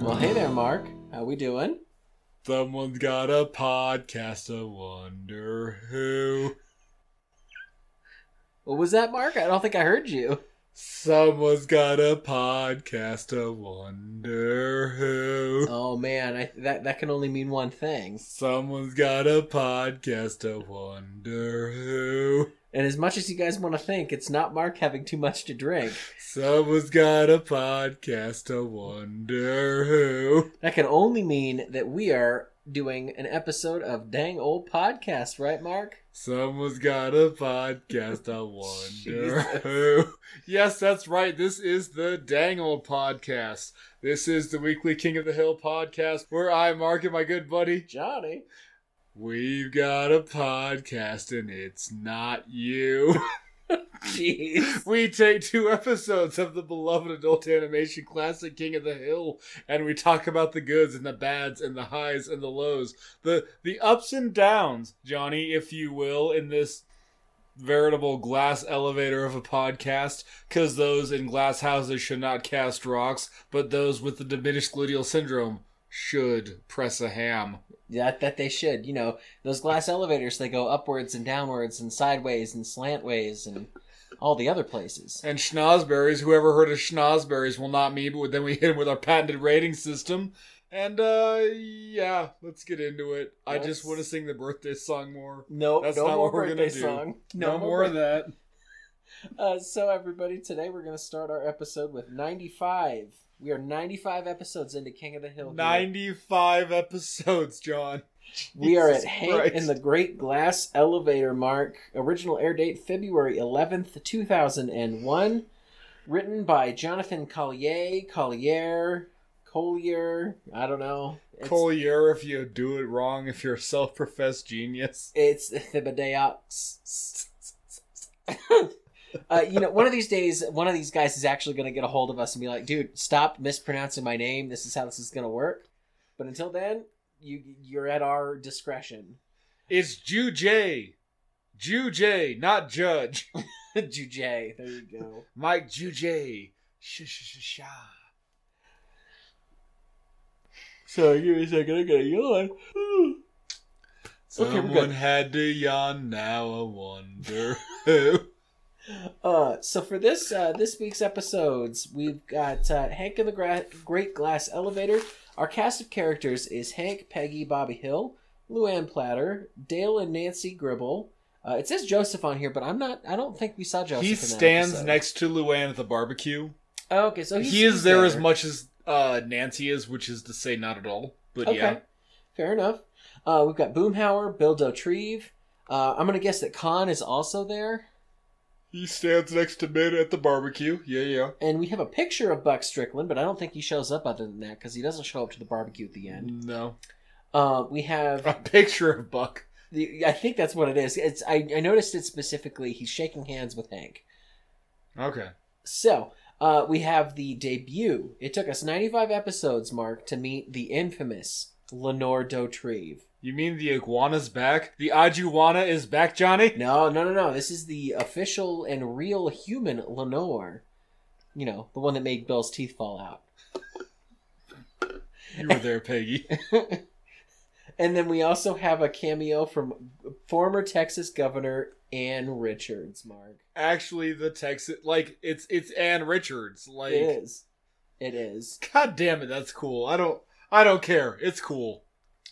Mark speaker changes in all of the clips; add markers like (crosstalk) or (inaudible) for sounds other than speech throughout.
Speaker 1: Well, hey there, Mark. How we doing?
Speaker 2: Someone's got a podcast. I wonder who.
Speaker 1: What was that, Mark? I don't think I heard (laughs) you.
Speaker 2: Someone's got a podcast. I wonder who.
Speaker 1: Oh man, I, that that can only mean one thing.
Speaker 2: Someone's got a podcast. I wonder who.
Speaker 1: And as much as you guys want to think, it's not Mark having too much to drink.
Speaker 2: Someone's got a podcast. I wonder who.
Speaker 1: That can only mean that we are doing an episode of Dang Old Podcast, right, Mark?
Speaker 2: Someone's got a podcast. I wonder who. Yes, that's right. This is the Dang Old Podcast. This is the weekly King of the Hill podcast where I, Mark, and my good buddy,
Speaker 1: Johnny.
Speaker 2: we've got a podcast and it's not you.
Speaker 1: Jeez.
Speaker 2: we take two episodes of the beloved adult animation classic King of the Hill and we talk about the goods and the bads and the highs and the lows, the the ups and downs, Johnny, if you will, in this veritable glass elevator of a podcast cuz those in glass houses should not cast rocks, but those with the diminished gluteal syndrome should press a ham.
Speaker 1: Yeah, that they should. You know, those glass elevators, they go upwards and downwards and sideways and slantways and all the other places.
Speaker 2: And schnozberries, whoever heard of schnozberries, well, not me, but then we (laughs) hit him with our patented rating system. And, uh, yeah, let's get into it. I
Speaker 1: Let's-
Speaker 2: just want to sing the birthday song more.
Speaker 1: No,
Speaker 2: That's
Speaker 1: no
Speaker 2: not
Speaker 1: more
Speaker 2: what we're gonna
Speaker 1: birthday
Speaker 2: do.
Speaker 1: song.
Speaker 2: No, more of that.
Speaker 1: Uh, so, everybody, today we're going to start our episode with 95. We are 95 episodes into King of the Hill. here.
Speaker 2: 95 episodes, John.
Speaker 1: We are at
Speaker 2: Jesus
Speaker 1: Hank in
Speaker 2: Christ.
Speaker 1: the Great Glass Elevator Mark. Original air date February 11th, 2001. Written by Jonathan Collier, Collier, Collier, I don't know. It's,
Speaker 2: Collier, if you do it wrong, if you're a self professed genius.
Speaker 1: it's Thibodeaux. (laughs) Uh, you know, one of these days, one of these guys is actually going to get a hold of us and be like, "Dude, stop mispronouncing my name. This is how this is going to work." But until then, you you're at our discretion. (laughs)
Speaker 2: It's Jew J. Jew J, not Judge. (laughs)
Speaker 1: Jujay, there you go.
Speaker 2: Mike Jew J. Shh, shh, shh, shh.
Speaker 1: So give me a second, I gotta yawn. (sighs) Okay, we're
Speaker 2: Someone
Speaker 1: good.
Speaker 2: had to yawn. Now
Speaker 1: (laughs)
Speaker 2: I wonder who.
Speaker 1: Uh, so for this uh, this week's episodes, we've got uh, Hank in the Gra- Great Glass Elevator. Our cast of characters is Hank, Peggy, Bobby Hill, Luann Platter, Dale, and Nancy Gribble. Uh, it says Joseph on here, but I'm not. I don't think we saw Joseph.
Speaker 2: he
Speaker 1: in that
Speaker 2: stands
Speaker 1: episode.
Speaker 2: next to Luann at the barbecue.
Speaker 1: Oh, okay, so he's,
Speaker 2: he is
Speaker 1: he's
Speaker 2: there, as much as uh, Nancy is, which is to say, not at all. But
Speaker 1: Okay,
Speaker 2: yeah,
Speaker 1: fair enough. Uh, we've got Boomhauer, Bill Dotrieve. Uh, I'm gonna guess that Khan is also there.
Speaker 2: he stands next to Mid at the barbecue. Yeah, yeah.
Speaker 1: And we have a picture of Buck Strickland, but I don't think he shows up other than that because he doesn't show up to the barbecue at the end.
Speaker 2: No, (laughs)
Speaker 1: Uh, we have
Speaker 2: a picture of Buck.
Speaker 1: the. I think that's what it is. It's I, I noticed it specifically. He's shaking hands with Hank.
Speaker 2: Okay,
Speaker 1: So uh, we have the debut. It took us 95 episodes, Mark, to meet the infamous Lenore Dotrieve.
Speaker 2: you mean the iguana's back? The ajuana is
Speaker 1: (laughs)
Speaker 2: back, Johnny.
Speaker 1: No, no, no, no. This is the official and real human Lenore. You know, the one that made Bill's teeth fall out.
Speaker 2: You were there, Peggy.
Speaker 1: And then we also have a cameo from former Texas Governor Ann Richards, Mark.
Speaker 2: Actually, the Texas like it's it's Ann Richards. Like,
Speaker 1: it is. It is.
Speaker 2: god damn it, that's cool. I don't I don't care. It's cool.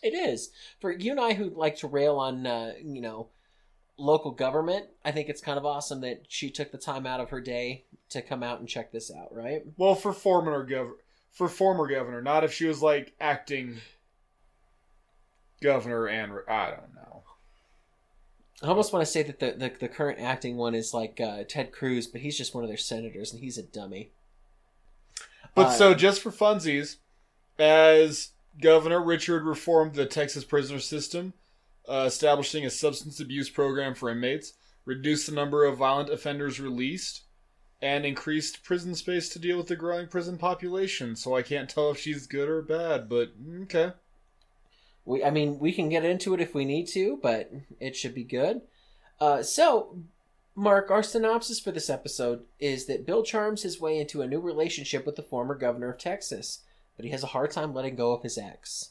Speaker 1: It is. For you and I who like to rail on, uh, you know, local government, I think it's kind of awesome that she took the time out of her day to come out and check this out, right?
Speaker 2: Well, for former governor, for former governor, not if she was like acting governor and I don't know.
Speaker 1: I almost want to say that the, the, the current acting one is like uh, Ted Cruz, but he's just one of their senators and he's a dummy.
Speaker 2: But
Speaker 1: Uh,
Speaker 2: so just for funsies, as Governor Richard reformed the Texas prisoner system, uh, establishing a substance abuse program for inmates, reduced the number of violent offenders released, and increased prison space to deal with the growing prison population. So I can't tell if she's good or bad, but mm, okay.
Speaker 1: We, I mean, we can get into it if we need to, but it should be good. Uh, so, Mark, our synopsis for this episode is that Bill charms his way into a new relationship with the former governor of Texas. but he has a hard time letting go of his ex.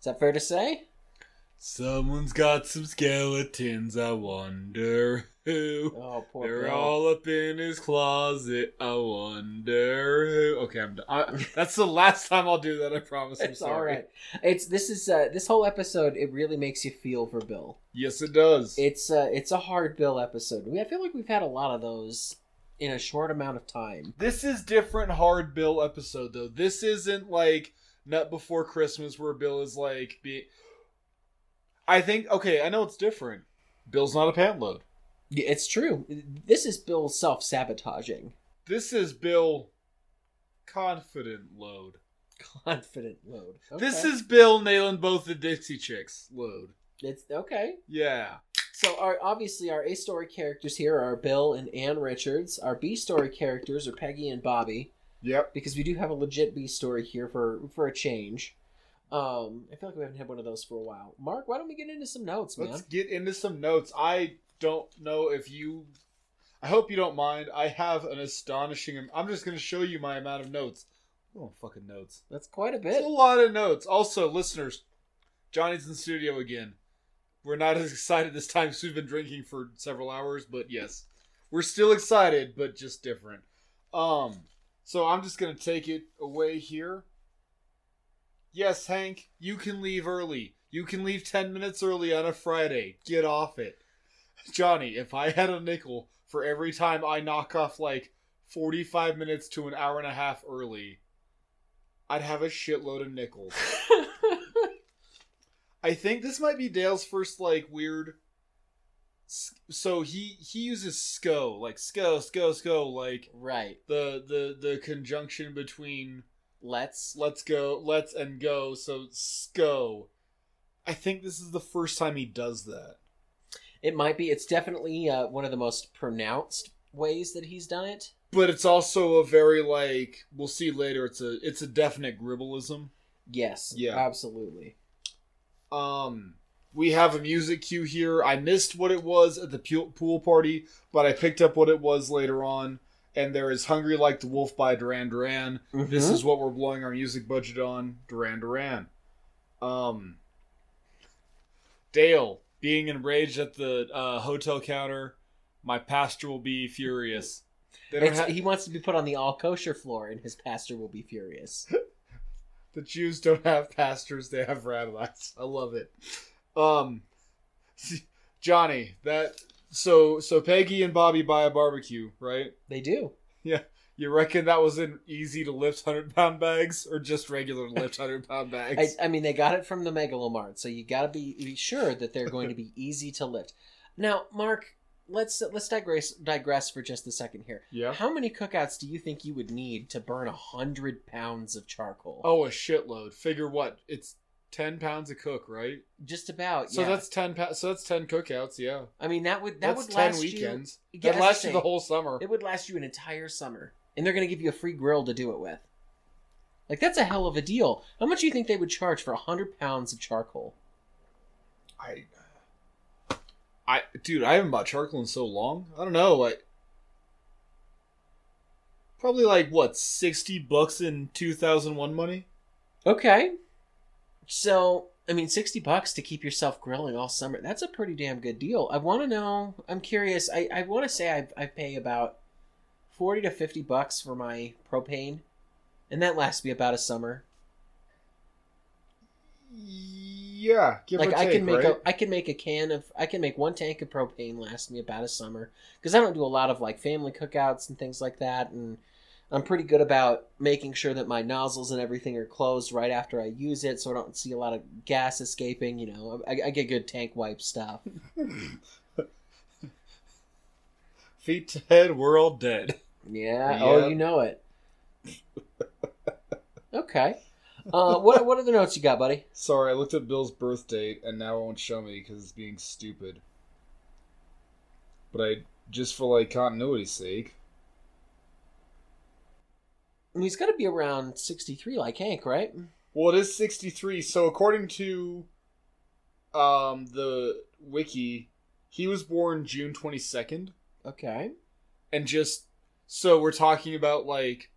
Speaker 1: Is that fair to say?
Speaker 2: Someone's got some skeletons, I wonder who.
Speaker 1: Oh, poor
Speaker 2: They're
Speaker 1: Bill.
Speaker 2: all up in his closet, I wonder who. Okay, I'm done. I, that's the last time I'll do that, I promise. I'm
Speaker 1: It's all
Speaker 2: sorry.
Speaker 1: right. It's this is uh, this whole episode. It really makes you feel for Bill.
Speaker 2: Yes, it does.
Speaker 1: It's uh, it's a hard Bill episode. We, I feel like we've had a lot of those in a short amount of time.
Speaker 2: This is different hard Bill episode though. This isn't like Nut Before Christmas where Bill is like be I think okay, I know it's different. Bill's not a pant load.
Speaker 1: Yeah, It's true. This is Bill self sabotaging.
Speaker 2: This is Bill confident load.
Speaker 1: (laughs) Confident load.
Speaker 2: This
Speaker 1: Okay.
Speaker 2: is Bill nailing both the Dixie chicks load.
Speaker 1: it's okay.
Speaker 2: Yeah.
Speaker 1: So our obviously our A story characters here are Bill and Ann Richards. Our B story characters are Peggy and Bobby
Speaker 2: Yep.
Speaker 1: because we do have a legit B story here for for a change. Um, I feel like we haven't had one of those for a while. Mark, why don't we get into some notes, man?
Speaker 2: Let's get into some notes. I don't know if you I hope you don't mind. I have an astonishing I'm just gonna show you my amount of notes. Oh fucking notes.
Speaker 1: That's quite a
Speaker 2: It's (laughs)
Speaker 1: bit.
Speaker 2: a lot of notes. Also, listeners, Johnny's in studio again. We're not (laughs) as excited this time because we've been drinking for several hours, but yes, we're still excited, but just different. Um, so I'm just gonna take it away here. Yes, Hank, you can leave early. You can leave ten minutes early on a Friday. Get off it, Johnny. If I had a nickel for every time I knock off like forty-five minutes to an hour and a half early, I'd have a shitload of nickels. I think this might be Dale's first like weird. s- So he he uses sco like sco sco sco like
Speaker 1: (laughs) right.
Speaker 2: the the the conjunction between
Speaker 1: Let's.
Speaker 2: let's go let's and go so sco. I think this is the first time he does that.
Speaker 1: It might be. It's definitely uh, one of the most pronounced ways that he's done it.
Speaker 2: But it's also a very like we'll see later. It's a it's a definite gribbleism.
Speaker 1: Yes.
Speaker 2: Yeah.
Speaker 1: Absolutely.
Speaker 2: Um, we have a music cue here. I missed what it was at the pu- pool party, but I picked up what it was later on. And there is "Hungry Like the Wolf" by Duran Duran. This
Speaker 1: Mhm.
Speaker 2: is what we're blowing our music budget on, Duran Duran. Um, Dale being enraged at the uh, hotel counter. My pastor will be furious. They don't
Speaker 1: It's,
Speaker 2: ha-
Speaker 1: he wants to be put on the all kosher floor, and his pastor will be furious.
Speaker 2: The Jews don't have pastors, they have rabbis. I love it. Um Johnny, that so so Peggy and Bobby buy a barbecue, right?
Speaker 1: They do.
Speaker 2: You reckon that was an easy to lift hundred pound bags or just regular to lift hundred pound
Speaker 1: I,
Speaker 2: bags?
Speaker 1: (laughs) I mean, they got it from the Megalomart, so you got to be, be sure that they're going to be easy to lift. Now, Mark, let's let's digress digress for just a second here.
Speaker 2: yeah.
Speaker 1: How many cookouts do you think you would need to burn a hundred pounds of charcoal?
Speaker 2: Oh a shitload. Figure what? It's ten pounds a cook, right?
Speaker 1: just about.
Speaker 2: So
Speaker 1: yeah.
Speaker 2: that's ten pa- so that's ten cookouts, yeah.
Speaker 1: I mean, that would that
Speaker 2: That's
Speaker 1: would
Speaker 2: ten
Speaker 1: last you.
Speaker 2: weekends.
Speaker 1: Yeah,
Speaker 2: That
Speaker 1: that's
Speaker 2: lasts you the
Speaker 1: thing.
Speaker 2: whole summer.
Speaker 1: It would last you an entire summer, and they're going to give you a free grill to do it with. Like that's a hell of a deal. How much do you think they would charge for a hundred pounds of charcoal?
Speaker 2: I, I, dude, I haven't bought charcoal in so long. I don't know, like, probably like what sixty bucks in two thousand one money.
Speaker 1: Okay. So, I mean, 60 bucks to keep yourself grilling all summer, that's a pretty damn good deal. I want to know, I'm curious, I, I want to say I, I pay about 40 to 50 bucks for my propane, and that lasts me about a summer.
Speaker 2: Yeah, give
Speaker 1: like I can make a I can make a can of I can make one tank of propane last me about a summer because I don't do a lot of like family cookouts and things like that and I'm pretty good about making sure that my nozzles and everything are closed right after I use it so I don't see a lot of gas escaping you know I, I get good tank wipe stuff
Speaker 2: feet to head. We're all dead. (laughs)
Speaker 1: yeah
Speaker 2: Yeah.
Speaker 1: oh you know it (laughs) okay uh, what what other notes you got buddy
Speaker 2: Sorry, I looked at Bill's birth date and now it won't show me because it's being stupid. But I just for like continuity's sake.
Speaker 1: I mean, he's got to be around 63 like Hank right
Speaker 2: Well, it is 63. So according to um the wiki, he was born June 22nd
Speaker 1: okay
Speaker 2: and just so we're talking about like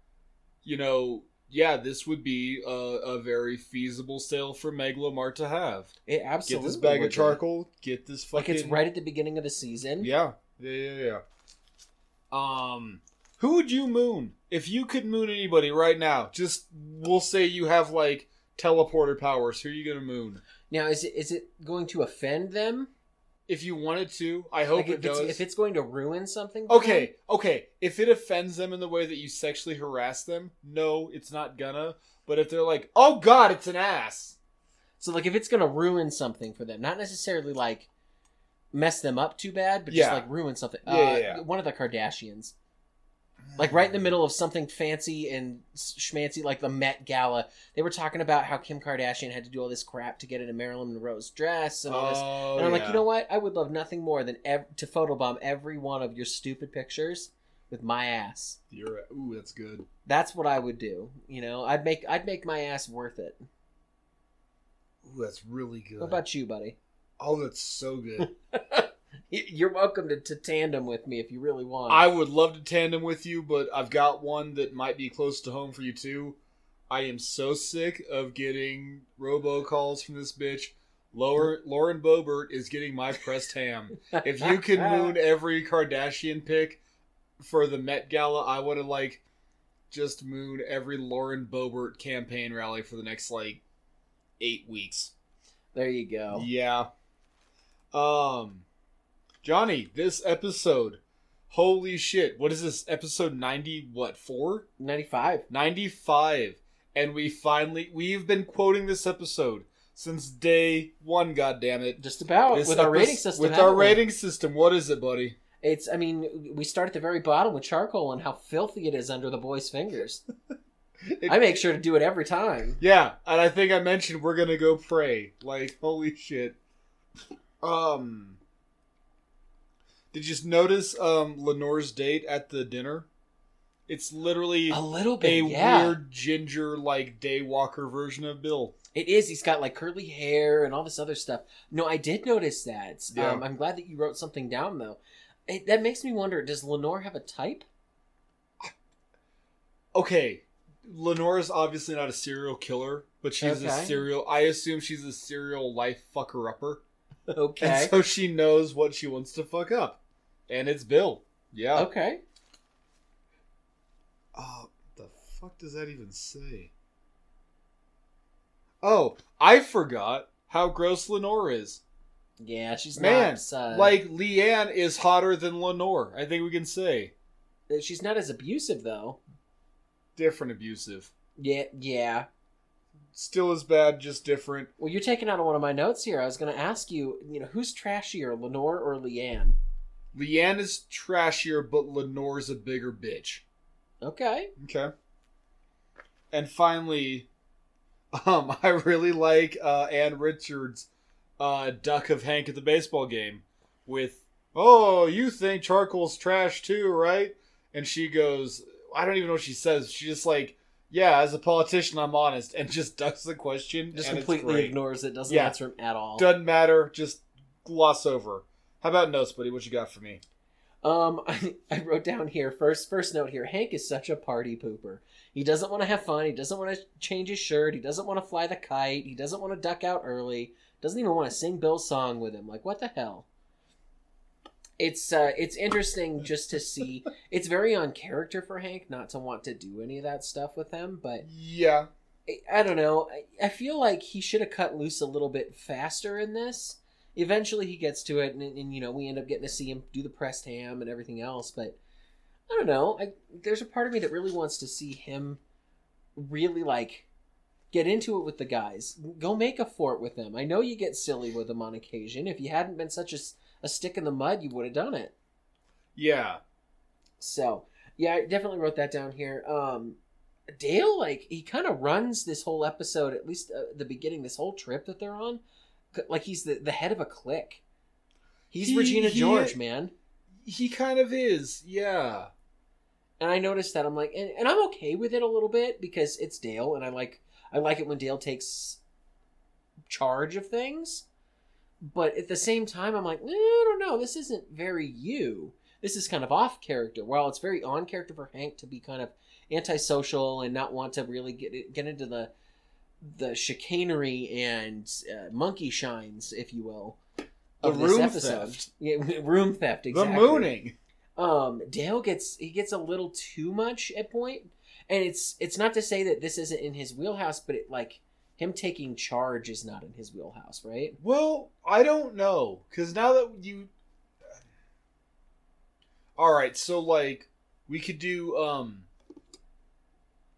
Speaker 2: you know yeah, this would be a, a very feasible sale for Megalomart to have.
Speaker 1: It
Speaker 2: Get
Speaker 1: absolutely
Speaker 2: this bag
Speaker 1: would
Speaker 2: of
Speaker 1: be.
Speaker 2: charcoal. Get this
Speaker 1: Like
Speaker 2: fucking
Speaker 1: it's right at the beginning of the season.
Speaker 2: Yeah, yeah, yeah, yeah. Um, who would you moon if you could moon anybody right now? Just we'll say you have like teleporter powers. Who are you gonna moon?
Speaker 1: Now is it is it going to offend them?
Speaker 2: If you wanted to, I hope
Speaker 1: Like, if
Speaker 2: it does.
Speaker 1: It's, if it's going to ruin something. for them?
Speaker 2: Okay, okay. If it offends them in the way that you sexually harass them, no, it's not gonna. But if they're like, "Oh God, it's an ass,"
Speaker 1: So like if it's going to ruin something for them, not necessarily like mess them up too bad, but just
Speaker 2: Yeah.
Speaker 1: like ruin something.
Speaker 2: Yeah,
Speaker 1: uh,
Speaker 2: yeah, yeah. Mm.
Speaker 1: One of the Kardashians, like right in the middle of something fancy and schmancy, like the Met Gala, they were talking about how Kim Kardashian had to do all this crap to get into Marilyn Monroe's dress and all this.
Speaker 2: Oh,
Speaker 1: and I'm like,
Speaker 2: yeah.
Speaker 1: you know what? I would love nothing more than ev- to photobomb every one of your stupid pictures with my ass.
Speaker 2: You're right. Ooh, that's good.
Speaker 1: That's what I would do. You know, I'd make I'd make my ass worth it.
Speaker 2: Ooh, that's really good.
Speaker 1: What about you, buddy?
Speaker 2: oh, that's so good.
Speaker 1: (laughs) Y- You're welcome to, to tandem with me if you really want.
Speaker 2: I would love to tandem with you, but I've got one that might be close to home for you too. I am so sick of getting robocalls from this bitch. Lower, Lauren Bobert is getting my pressed ham.
Speaker 1: (laughs)
Speaker 2: If you can moon every Kardashian pick for the Met Gala, I want to like just moon every Lauren Bobert campaign rally for the next like eight weeks.
Speaker 1: there you go.
Speaker 2: Yeah. Um, Johnny, this episode, holy shit! What is this episode ninety? What four?
Speaker 1: Ninety-five.
Speaker 2: Ninety five, and we finally we've been quoting this episode since day one. God damn it!
Speaker 1: Just about
Speaker 2: This
Speaker 1: Oh, with our
Speaker 2: epis-
Speaker 1: rating system.
Speaker 2: With our
Speaker 1: haven't we?
Speaker 2: rating system, what is it, buddy?
Speaker 1: it's. I mean, we start at the very bottom with charcoal and how filthy it is under the boy's fingers.
Speaker 2: It- (laughs)
Speaker 1: I make sure to do it every time.
Speaker 2: Yeah, and I think I mentioned we're gonna go pray. Like, holy shit. Um, did you just notice um Lenore's date at the dinner? It's literally
Speaker 1: A little
Speaker 2: a
Speaker 1: bit, yeah.
Speaker 2: weird ginger like daywalker version of Bill.
Speaker 1: It is. He's got like curly hair and all this other stuff. No, I did notice that.
Speaker 2: Yeah.
Speaker 1: Um, I'm glad that you wrote something down though. It, that makes me wonder: Does Lenore have a type?
Speaker 2: Okay, Lenore's obviously not a serial killer, but she's a
Speaker 1: Okay.
Speaker 2: serial. I assume she's a serial life fucker upper,
Speaker 1: Okay.
Speaker 2: and so she knows what she wants to fuck up, and it's Bill. Yeah.
Speaker 1: okay.
Speaker 2: Oh, the fuck does that even say? Oh, I forgot how gross Lenore is.
Speaker 1: Yeah, she's
Speaker 2: Man,
Speaker 1: not uh,
Speaker 2: like Leanne is hotter than Lenore. I think we can say
Speaker 1: uh, she's not as abusive though.
Speaker 2: different abusive.
Speaker 1: Yeah, yeah.
Speaker 2: Still as bad, just different.
Speaker 1: Well, you're taking out one of my notes here. I was going to ask you, you know, who's trashier, Lenore or Leanne?
Speaker 2: Leanne is trashier, but Lenore's a bigger bitch.
Speaker 1: Okay.
Speaker 2: Okay. And finally, um, (laughs) I really like uh, Ann Richards' uh, duck of Hank at the baseball game with, "Oh, you think charcoal's trash too, right?" And she goes, "I don't even know what she says." She just like, "Yeah, as a politician, I'm honest," and just ducks the question.
Speaker 1: Just
Speaker 2: and it's
Speaker 1: completely
Speaker 2: great.
Speaker 1: ignores it. Doesn't
Speaker 2: Yeah.
Speaker 1: answer him at all.
Speaker 2: Doesn't matter. Just gloss over. How about notes, buddy? What you got for me?
Speaker 1: Um, (laughs) I, I wrote down here first first note here. Hank is such a party pooper. He doesn't want to have fun. He doesn't want to change his shirt. He doesn't want to fly the kite. He doesn't want to duck out early. Doesn't even want to sing Bill's song with him. Like what the hell? It's uh, it's interesting just to see. It's very on character for Hank not to want to do any of that stuff with them. But
Speaker 2: Yeah.
Speaker 1: I- I don't know. I, I feel like he should have cut loose a little bit faster in this. Eventually, he gets to it, and, and you know we end up getting to see him do the pressed ham and everything else. But I don't know. I, there's a part of me that really wants to see him really like get into it with the guys. Go make a fort with them. I know you get silly with them on occasion. If you hadn't been such a, s- a stick in the mud, you would have done it.
Speaker 2: Yeah.
Speaker 1: So yeah, I definitely wrote that down here. Um, Dale, like he kind of runs this whole episode, at least uh, the beginning, this whole trip that they're on, c- like he's the the head of a clique. He's
Speaker 2: He-
Speaker 1: Regina
Speaker 2: he-
Speaker 1: George, man.
Speaker 2: He kind of is. Yeah.
Speaker 1: And I noticed that I'm like, and, and I'm okay with it a little bit because it's Dale, and I like I like it when Dale takes charge of things. But at the same time, I'm like, "Eh, I don't know. This isn't very you. This is kind of off character. While it's very on character for Hank to be kind of antisocial and not want to really get get into the the chicanery and uh, monkey shines, if you will,
Speaker 2: The
Speaker 1: of this
Speaker 2: room
Speaker 1: episode.
Speaker 2: theft.
Speaker 1: Yeah, (laughs) room theft. Exactly.
Speaker 2: The mooning.
Speaker 1: Um, Dale gets he gets a little too much at point, and it's it's not to say that this isn't in his wheelhouse, but it like him taking charge is not in his wheelhouse, right?
Speaker 2: Well, I don't know, because now that you, all right, so like we could do um.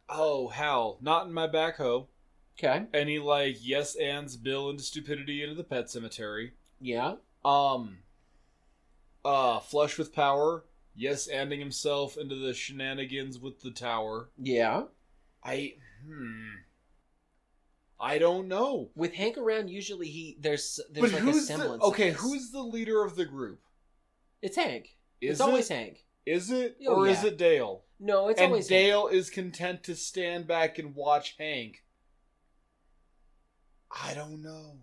Speaker 2: Oh hell, not in my backhoe.
Speaker 1: Okay.
Speaker 2: Any like yes ands Bill into stupidity into the pet cemetery.
Speaker 1: Yeah.
Speaker 2: Um. Uh, flush with power. Yes, anding himself into the shenanigans with the tower.
Speaker 1: Yeah.
Speaker 2: I hmm. I don't know.
Speaker 1: With Hank around, usually he there's there's
Speaker 2: but
Speaker 1: like a
Speaker 2: who's the,
Speaker 1: semblance. of
Speaker 2: okay?
Speaker 1: this.
Speaker 2: Who's the leader of the group?
Speaker 1: it's Hank?
Speaker 2: Is
Speaker 1: it's always
Speaker 2: it,
Speaker 1: Hank.
Speaker 2: is it
Speaker 1: Oh,
Speaker 2: or is
Speaker 1: yeah.
Speaker 2: it Dale?
Speaker 1: No, it's
Speaker 2: and
Speaker 1: always Hank.
Speaker 2: Dale is content to stand back and watch Hank. I don't know.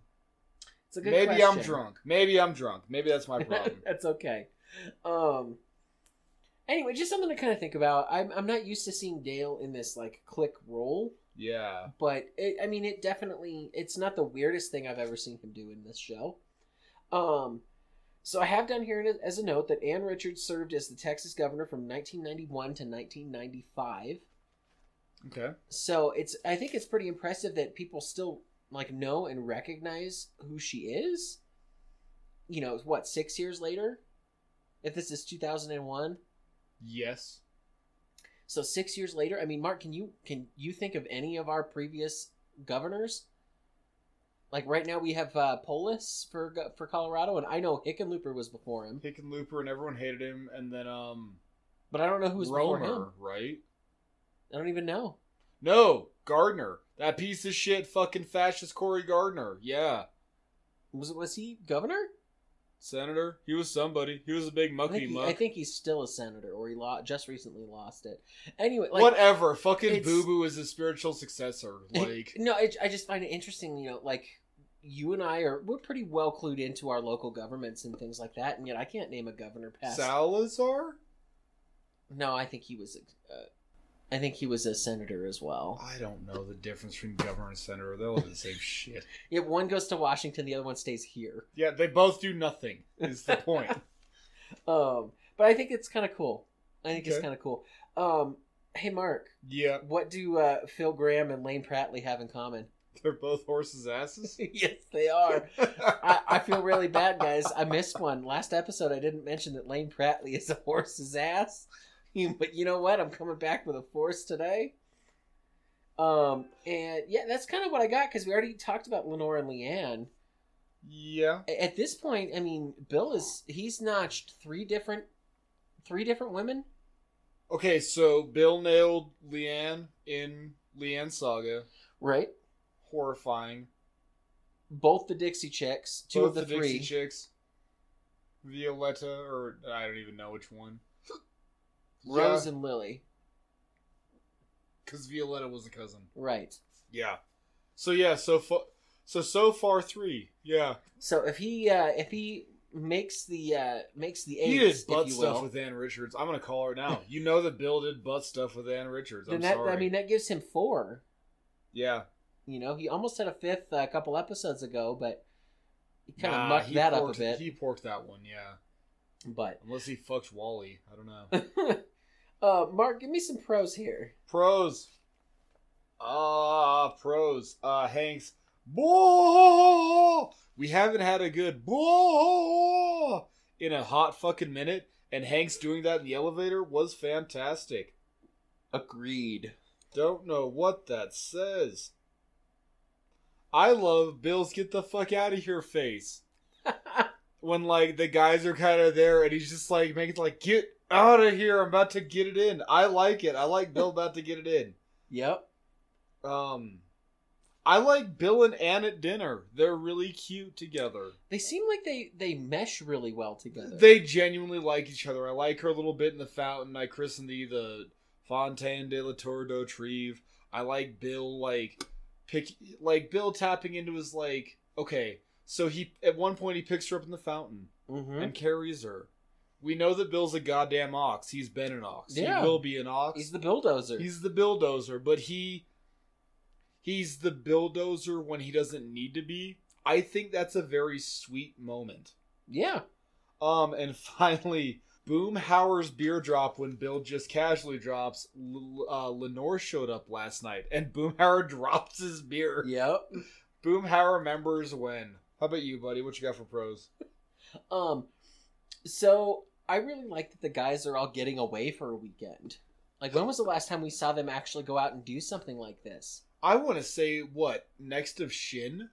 Speaker 1: It's a good
Speaker 2: Maybe I'm
Speaker 1: question.
Speaker 2: drunk. Maybe I'm drunk. Maybe that's
Speaker 1: (laughs)
Speaker 2: my problem.
Speaker 1: That's okay. Um. Anyway, just something to kind of think about. I'm I'm not used to seeing Dale in this like click role,
Speaker 2: yeah.
Speaker 1: but it, I mean, it definitely it's not the weirdest thing I've ever seen him do in this show. Um. So I have down here as- as a note that Ann Richards served as the Texas governor from 1991 to 1995.
Speaker 2: Okay.
Speaker 1: So it's I think it's pretty impressive that people still like know and recognize who she is. You know, what, 6 years later? If this is 2001,
Speaker 2: Yes.
Speaker 1: so 6 years later, I mean, Mark, can you can you think of any of our previous governors? Like right now we have uh, Polis for Go- for Colorado and I know Hickenlooper was before him,
Speaker 2: Hickenlooper and everyone hated him, and then um,
Speaker 1: but I don't know who was
Speaker 2: Romer,
Speaker 1: before him.
Speaker 2: right?
Speaker 1: I don't even know.
Speaker 2: No, Gardner. That piece of shit, fucking fascist Cory Gardner. Yeah,
Speaker 1: Was was he governor?
Speaker 2: senator. He was somebody. He was a
Speaker 1: I
Speaker 2: big
Speaker 1: think,
Speaker 2: mucky
Speaker 1: he-
Speaker 2: muck.
Speaker 1: I think he's still a senator or he lo- just recently lost it. Anyway, like
Speaker 2: Whatever. Fucking
Speaker 1: it's-
Speaker 2: Boo Boo is his spiritual successor.
Speaker 1: (laughs)
Speaker 2: Like,
Speaker 1: no I, I just find it interesting you know like you and i are we're pretty well clued into our local governments and things like that and yet i can't name a governor past
Speaker 2: Salazar?
Speaker 1: no i think he was uh, i think he was a senator as well
Speaker 2: I don't know the difference between governor and senator. They're all the same shit.
Speaker 1: yeah one goes to washington the other one stays here
Speaker 2: Yeah, they both do nothing, is
Speaker 1: (laughs)
Speaker 2: the point.
Speaker 1: um but i think it's kind of cool i think it's
Speaker 2: Okay.
Speaker 1: kind of cool um hey mark
Speaker 2: yeah,
Speaker 1: what do uh, phil graham and lane prattley have in common (laughs)
Speaker 2: they're both horses' asses. (laughs)
Speaker 1: yes they are I, I feel really bad, guys. I missed one. Last episode, I didn't mention that Lane Prattley is a horse's ass. (laughs) But you know what? I'm coming back with a force today. Um, and yeah, that's kind of what I got because we already talked about Lenore and Leanne.
Speaker 2: yeah.
Speaker 1: A- At this point, I mean, Bill is he's notched three different, three different women.
Speaker 2: Okay, so Bill nailed Leanne in Leanne Saga.
Speaker 1: Right.
Speaker 2: Horrifying.
Speaker 1: Both the Dixie chicks, two
Speaker 2: Both
Speaker 1: of the,
Speaker 2: Dixie
Speaker 1: three.
Speaker 2: Chicks. Violetta, or I don't even know which one.
Speaker 1: (laughs) Rose and Lily.
Speaker 2: Because Violetta was a cousin.
Speaker 1: Right.
Speaker 2: Yeah. So yeah, so far, so so far three. Yeah,
Speaker 1: So if he uh if he makes the uh makes the
Speaker 2: he
Speaker 1: eights,
Speaker 2: did
Speaker 1: if
Speaker 2: butt
Speaker 1: you
Speaker 2: stuff
Speaker 1: will,
Speaker 2: with Ann Richards. I'm gonna call her now. you know that Bill did butt stuff with Ann Richards. I'm
Speaker 1: then that
Speaker 2: sorry.
Speaker 1: I mean that gives him four.
Speaker 2: yeah,
Speaker 1: You know, he almost had a fifth uh, a couple episodes ago, but he kind of
Speaker 2: Nah,
Speaker 1: mucked
Speaker 2: he
Speaker 1: that up
Speaker 2: porked-
Speaker 1: a bit.
Speaker 2: He porked that one. Yeah,
Speaker 1: But (laughs)
Speaker 2: unless he fucked Wally. I don't know.
Speaker 1: uh, Mark, give me some pros here.
Speaker 2: Pros. Ah, pros. Uh, Hanks. Boo! We haven't had a good boo in a hot fucking minute, and Hanks doing that in the elevator was fantastic.
Speaker 1: Agreed.
Speaker 2: Don't know what that says. I love Bill's get the fuck out of here face. when like the guys are kind of there and he's just like making like get out of here. I'm about to get it in. I like it. I like Bill about to get it in.
Speaker 1: Yep.
Speaker 2: Um, I like Bill and Ann at dinner. They're really cute together.
Speaker 1: They seem like they they mesh really well together.
Speaker 2: They genuinely like each other. I like her a little bit in the fountain. I christen thee the Fontaine de la Tour d'Autrive. I like Bill like pick like Bill tapping into his like okay. So he at one point he picks her up in the fountain
Speaker 1: Mhm.
Speaker 2: and carries her. We know that Bill's a goddamn ox. He's been an ox.
Speaker 1: Yeah.
Speaker 2: He will be an ox.
Speaker 1: He's the bulldozer.
Speaker 2: He's the bulldozer, but he he's the bulldozer when he doesn't need to be. I think that's a very sweet moment.
Speaker 1: yeah.
Speaker 2: Um, and (laughs) finally, Boomhauer's beer drop when Bill just casually drops. L- uh, Lenore showed up last night, and (laughs) Boomhauer drops his beer.
Speaker 1: Yep.
Speaker 2: Boomhauer members win. How about you, buddy? What you got for pros?
Speaker 1: Um, so I really like that the guys are all getting away for a weekend. Like, when was the last time we saw them actually go out and do something like this?
Speaker 2: I want to say what next of Shin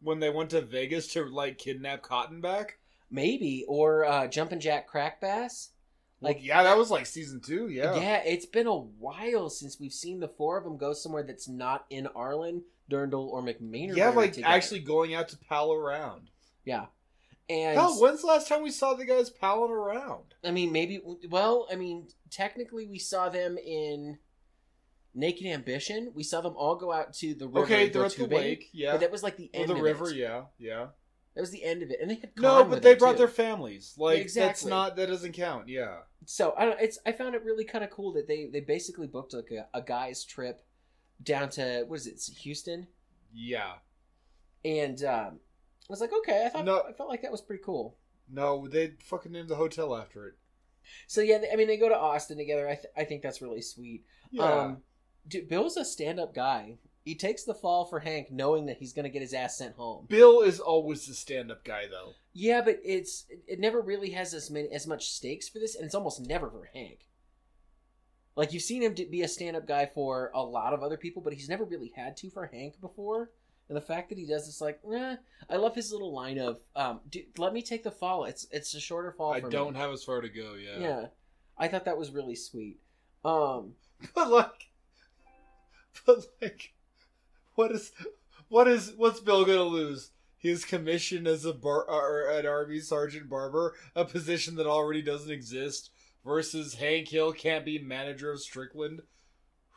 Speaker 2: when they went to Vegas to like kidnap Cottonback.
Speaker 1: Maybe or uh, Jumpin' Jack Crack Bass.
Speaker 2: Like,
Speaker 1: Like-
Speaker 2: yeah, that was like season two.
Speaker 1: Yeah. it's been a while since we've seen the four of them go somewhere that's not in Arlen, Durndal, or McMainer.
Speaker 2: Yeah, like actually going out to pal around.
Speaker 1: yeah. And
Speaker 2: Hell, when's the last time we saw the guys palling around?
Speaker 1: I mean, maybe. Well, I mean, technically, we saw them in Naked Ambition. We saw them all go out to the river.
Speaker 2: okay,
Speaker 1: and go
Speaker 2: they're at the
Speaker 1: tubing,
Speaker 2: lake, yeah,
Speaker 1: But that was like the
Speaker 2: or
Speaker 1: end
Speaker 2: the
Speaker 1: of
Speaker 2: river,
Speaker 1: It.
Speaker 2: yeah, yeah.
Speaker 1: That was the end of it, and they had
Speaker 2: No,
Speaker 1: Khan
Speaker 2: but
Speaker 1: with
Speaker 2: they
Speaker 1: them,
Speaker 2: brought
Speaker 1: too.
Speaker 2: their families. Like that's
Speaker 1: Exactly.
Speaker 2: not that doesn't count. Yeah,
Speaker 1: So I don't. It's I found it really kind of cool that they they basically booked like a, a guy's trip down to what is it Houston,
Speaker 2: yeah.
Speaker 1: and um, I was like, okay, I thought
Speaker 2: No.
Speaker 1: I felt like that was pretty cool.
Speaker 2: No, they fucking named the hotel after it.
Speaker 1: So yeah, I mean, they go to Austin together. I th- I think that's really sweet.
Speaker 2: Yeah,
Speaker 1: Um, dude, Bill's a stand up guy. He takes the fall for Hank, knowing that he's going to get his ass sent home.
Speaker 2: Bill is always the stand-up guy, though.
Speaker 1: Yeah, but it's it never really has as many as much stakes for this, and it's almost never for Hank. Like you've seen him d- be a stand-up guy for a lot of other people, but he's never really had to for Hank before. And the fact that he does this, like, eh, I love his little line of, um, dude, "Let me take the fall. It's it's a shorter fall."
Speaker 2: I
Speaker 1: for
Speaker 2: don't
Speaker 1: Me.
Speaker 2: have as far to go. Yeah,
Speaker 1: yeah, I thought that was really sweet. Um,
Speaker 2: but like, but like, what is, what is, what's Bill gonna lose? His commission as a bar, uh, or an army sergeant barber, a position that already doesn't exist, versus Hank Hill can't be manager of Strickland.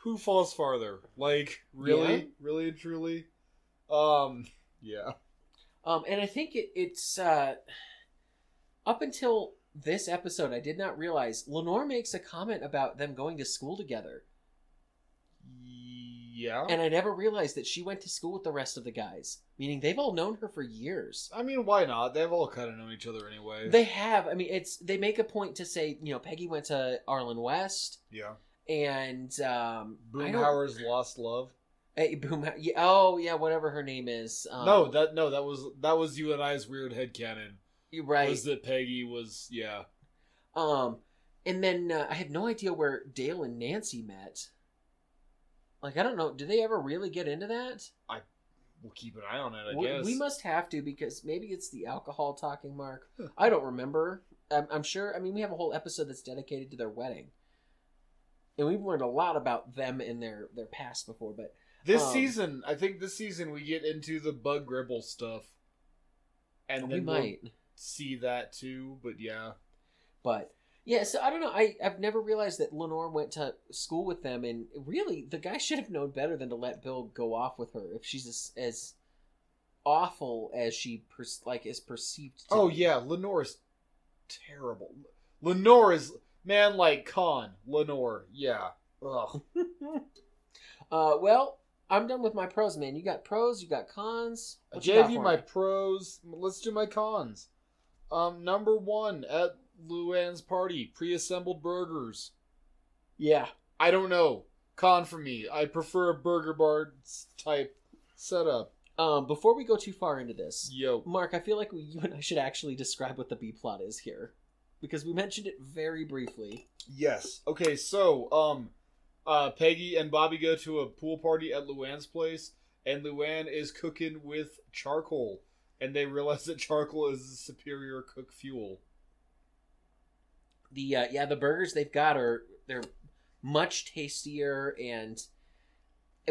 Speaker 2: Who falls farther? Like, really,
Speaker 1: Yeah.
Speaker 2: really and truly. Um, yeah,
Speaker 1: Um, and I think it, it's uh, up until this episode, I did not realize Lenore makes a comment about them going to school together,
Speaker 2: yeah.
Speaker 1: and I never realized that she went to school with the rest of the guys, meaning they've all known her for years.
Speaker 2: I mean, why not? They've all kind of known each other anyway.
Speaker 1: They have. I mean, it's they make a point to say, you know, Peggy went to Arlen West,
Speaker 2: yeah,
Speaker 1: and um, I don't-
Speaker 2: Boomhauer's lost love.
Speaker 1: eh, Boom. Yeah, oh yeah, whatever her name is. Um,
Speaker 2: no, that no, that was that was you and I's weird headcanon.
Speaker 1: you're right.
Speaker 2: Was that Peggy was yeah.
Speaker 1: Um, and then uh, I have no idea where Dale and Nancy met. Like I don't know. Do they ever really get into that?
Speaker 2: We'll keep an eye on it, I
Speaker 1: We-
Speaker 2: guess.
Speaker 1: We must have to because maybe it's the alcohol talking mark. I don't remember. I'm, I'm sure. I mean, we have a whole episode that's dedicated to their wedding, and we've learned a lot about them and their their past before. But
Speaker 2: this
Speaker 1: um,
Speaker 2: season, I think this season we get into the bug gribble stuff. And
Speaker 1: we
Speaker 2: then we'll
Speaker 1: might.
Speaker 2: see that too, but yeah.
Speaker 1: But yeah, so I don't know. I I've never realized that Lenore went to school with them, and really, the guy should have known better than to let Bill go off with her if she's as, as awful as she per, like is perceived. To
Speaker 2: Oh
Speaker 1: be.
Speaker 2: yeah, Lenore's terrible. Lenore is man like con. Lenore, yeah. Ugh.
Speaker 1: Uh, well, I'm done with my pros, man. You got pros, you got cons.
Speaker 2: I
Speaker 1: What
Speaker 2: gave
Speaker 1: got
Speaker 2: you
Speaker 1: for
Speaker 2: my
Speaker 1: me?
Speaker 2: pros. Let's do my cons. Um, number one at Luann's party, pre-assembled burgers.
Speaker 1: yeah.
Speaker 2: I don't know. Con for me. I prefer a burger bar s- type setup.
Speaker 1: Um, before we go too far into this,
Speaker 2: Yo.
Speaker 1: Mark, I feel like we, you and I should actually describe what the B plot is here because we mentioned it very briefly.
Speaker 2: Yes. Okay, so um uh Peggy and Bobby go to a pool party at Luann's place and Luann is cooking with charcoal and they realize that charcoal is the superior cook fuel.
Speaker 1: the uh, yeah the burgers they've got are they're much tastier and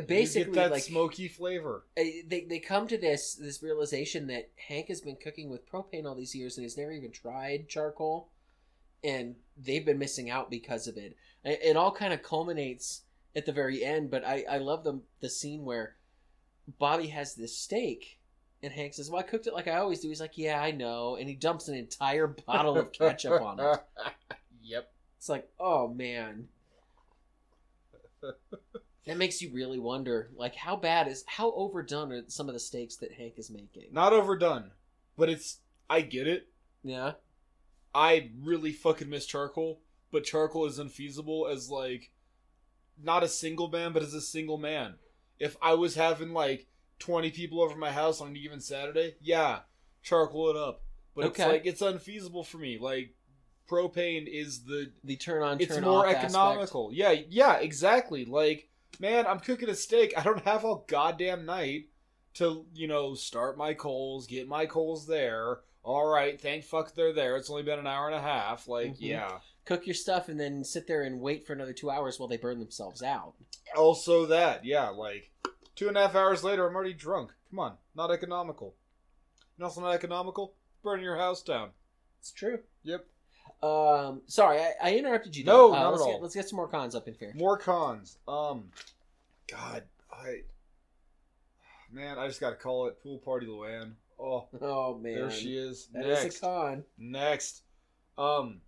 Speaker 1: basically
Speaker 2: you get that
Speaker 1: like
Speaker 2: smoky flavor.
Speaker 1: uh, they they come to this this realization that Hank has been cooking with propane all these years and he's never even tried charcoal, and they've been missing out because of it. It, it all kind of culminates at the very end, but I I love the the scene where Bobby has this steak And Hank says, "Well, I cooked it like I always do." He's like, "Yeah, I know." And he dumps an entire bottle of ketchup on it.
Speaker 2: (laughs) yep.
Speaker 1: It's like, oh
Speaker 2: (laughs)
Speaker 1: man. That makes you really wonder, like, how bad is how overdone are some of the steaks that Hank is making?
Speaker 2: Not overdone, but it's. I get it.
Speaker 1: Yeah,
Speaker 2: I really fucking miss charcoal, but charcoal is unfeasible as like not a single man, but as a single man. If I was having like twenty people over my house on any given Saturday, yeah, charcoal it up. But
Speaker 1: Okay.
Speaker 2: it's like it's unfeasible for me. Like propane is the
Speaker 1: the turn on, turn
Speaker 2: it's
Speaker 1: off
Speaker 2: more
Speaker 1: aspect.
Speaker 2: economical. Yeah, yeah, exactly. Like, man, I'm cooking a steak. I don't have all goddamn night to, you know, start my coals, get my coals there. All right, thank fuck they're there. It's only been an hour and a half. Like,
Speaker 1: Mhm.
Speaker 2: yeah.
Speaker 1: Cook your stuff and then sit there and wait for another two hours while they burn themselves out.
Speaker 2: Also, that, yeah, like, two and a half hours later, I'm already drunk. Come on, not economical. And also, not economical, burn your house down.
Speaker 1: It's true.
Speaker 2: Yep.
Speaker 1: Um, sorry, I, I interrupted you.
Speaker 2: No,
Speaker 1: there.
Speaker 2: not
Speaker 1: let's
Speaker 2: at
Speaker 1: get-
Speaker 2: all.
Speaker 1: let's get some more cons up in here.
Speaker 2: More cons. Um, God, I, man, I just gotta call it pool party, Luann. Oh,
Speaker 1: (laughs) Oh man,
Speaker 2: there she is.
Speaker 1: That is
Speaker 2: Next,
Speaker 1: a con.
Speaker 2: next. Um,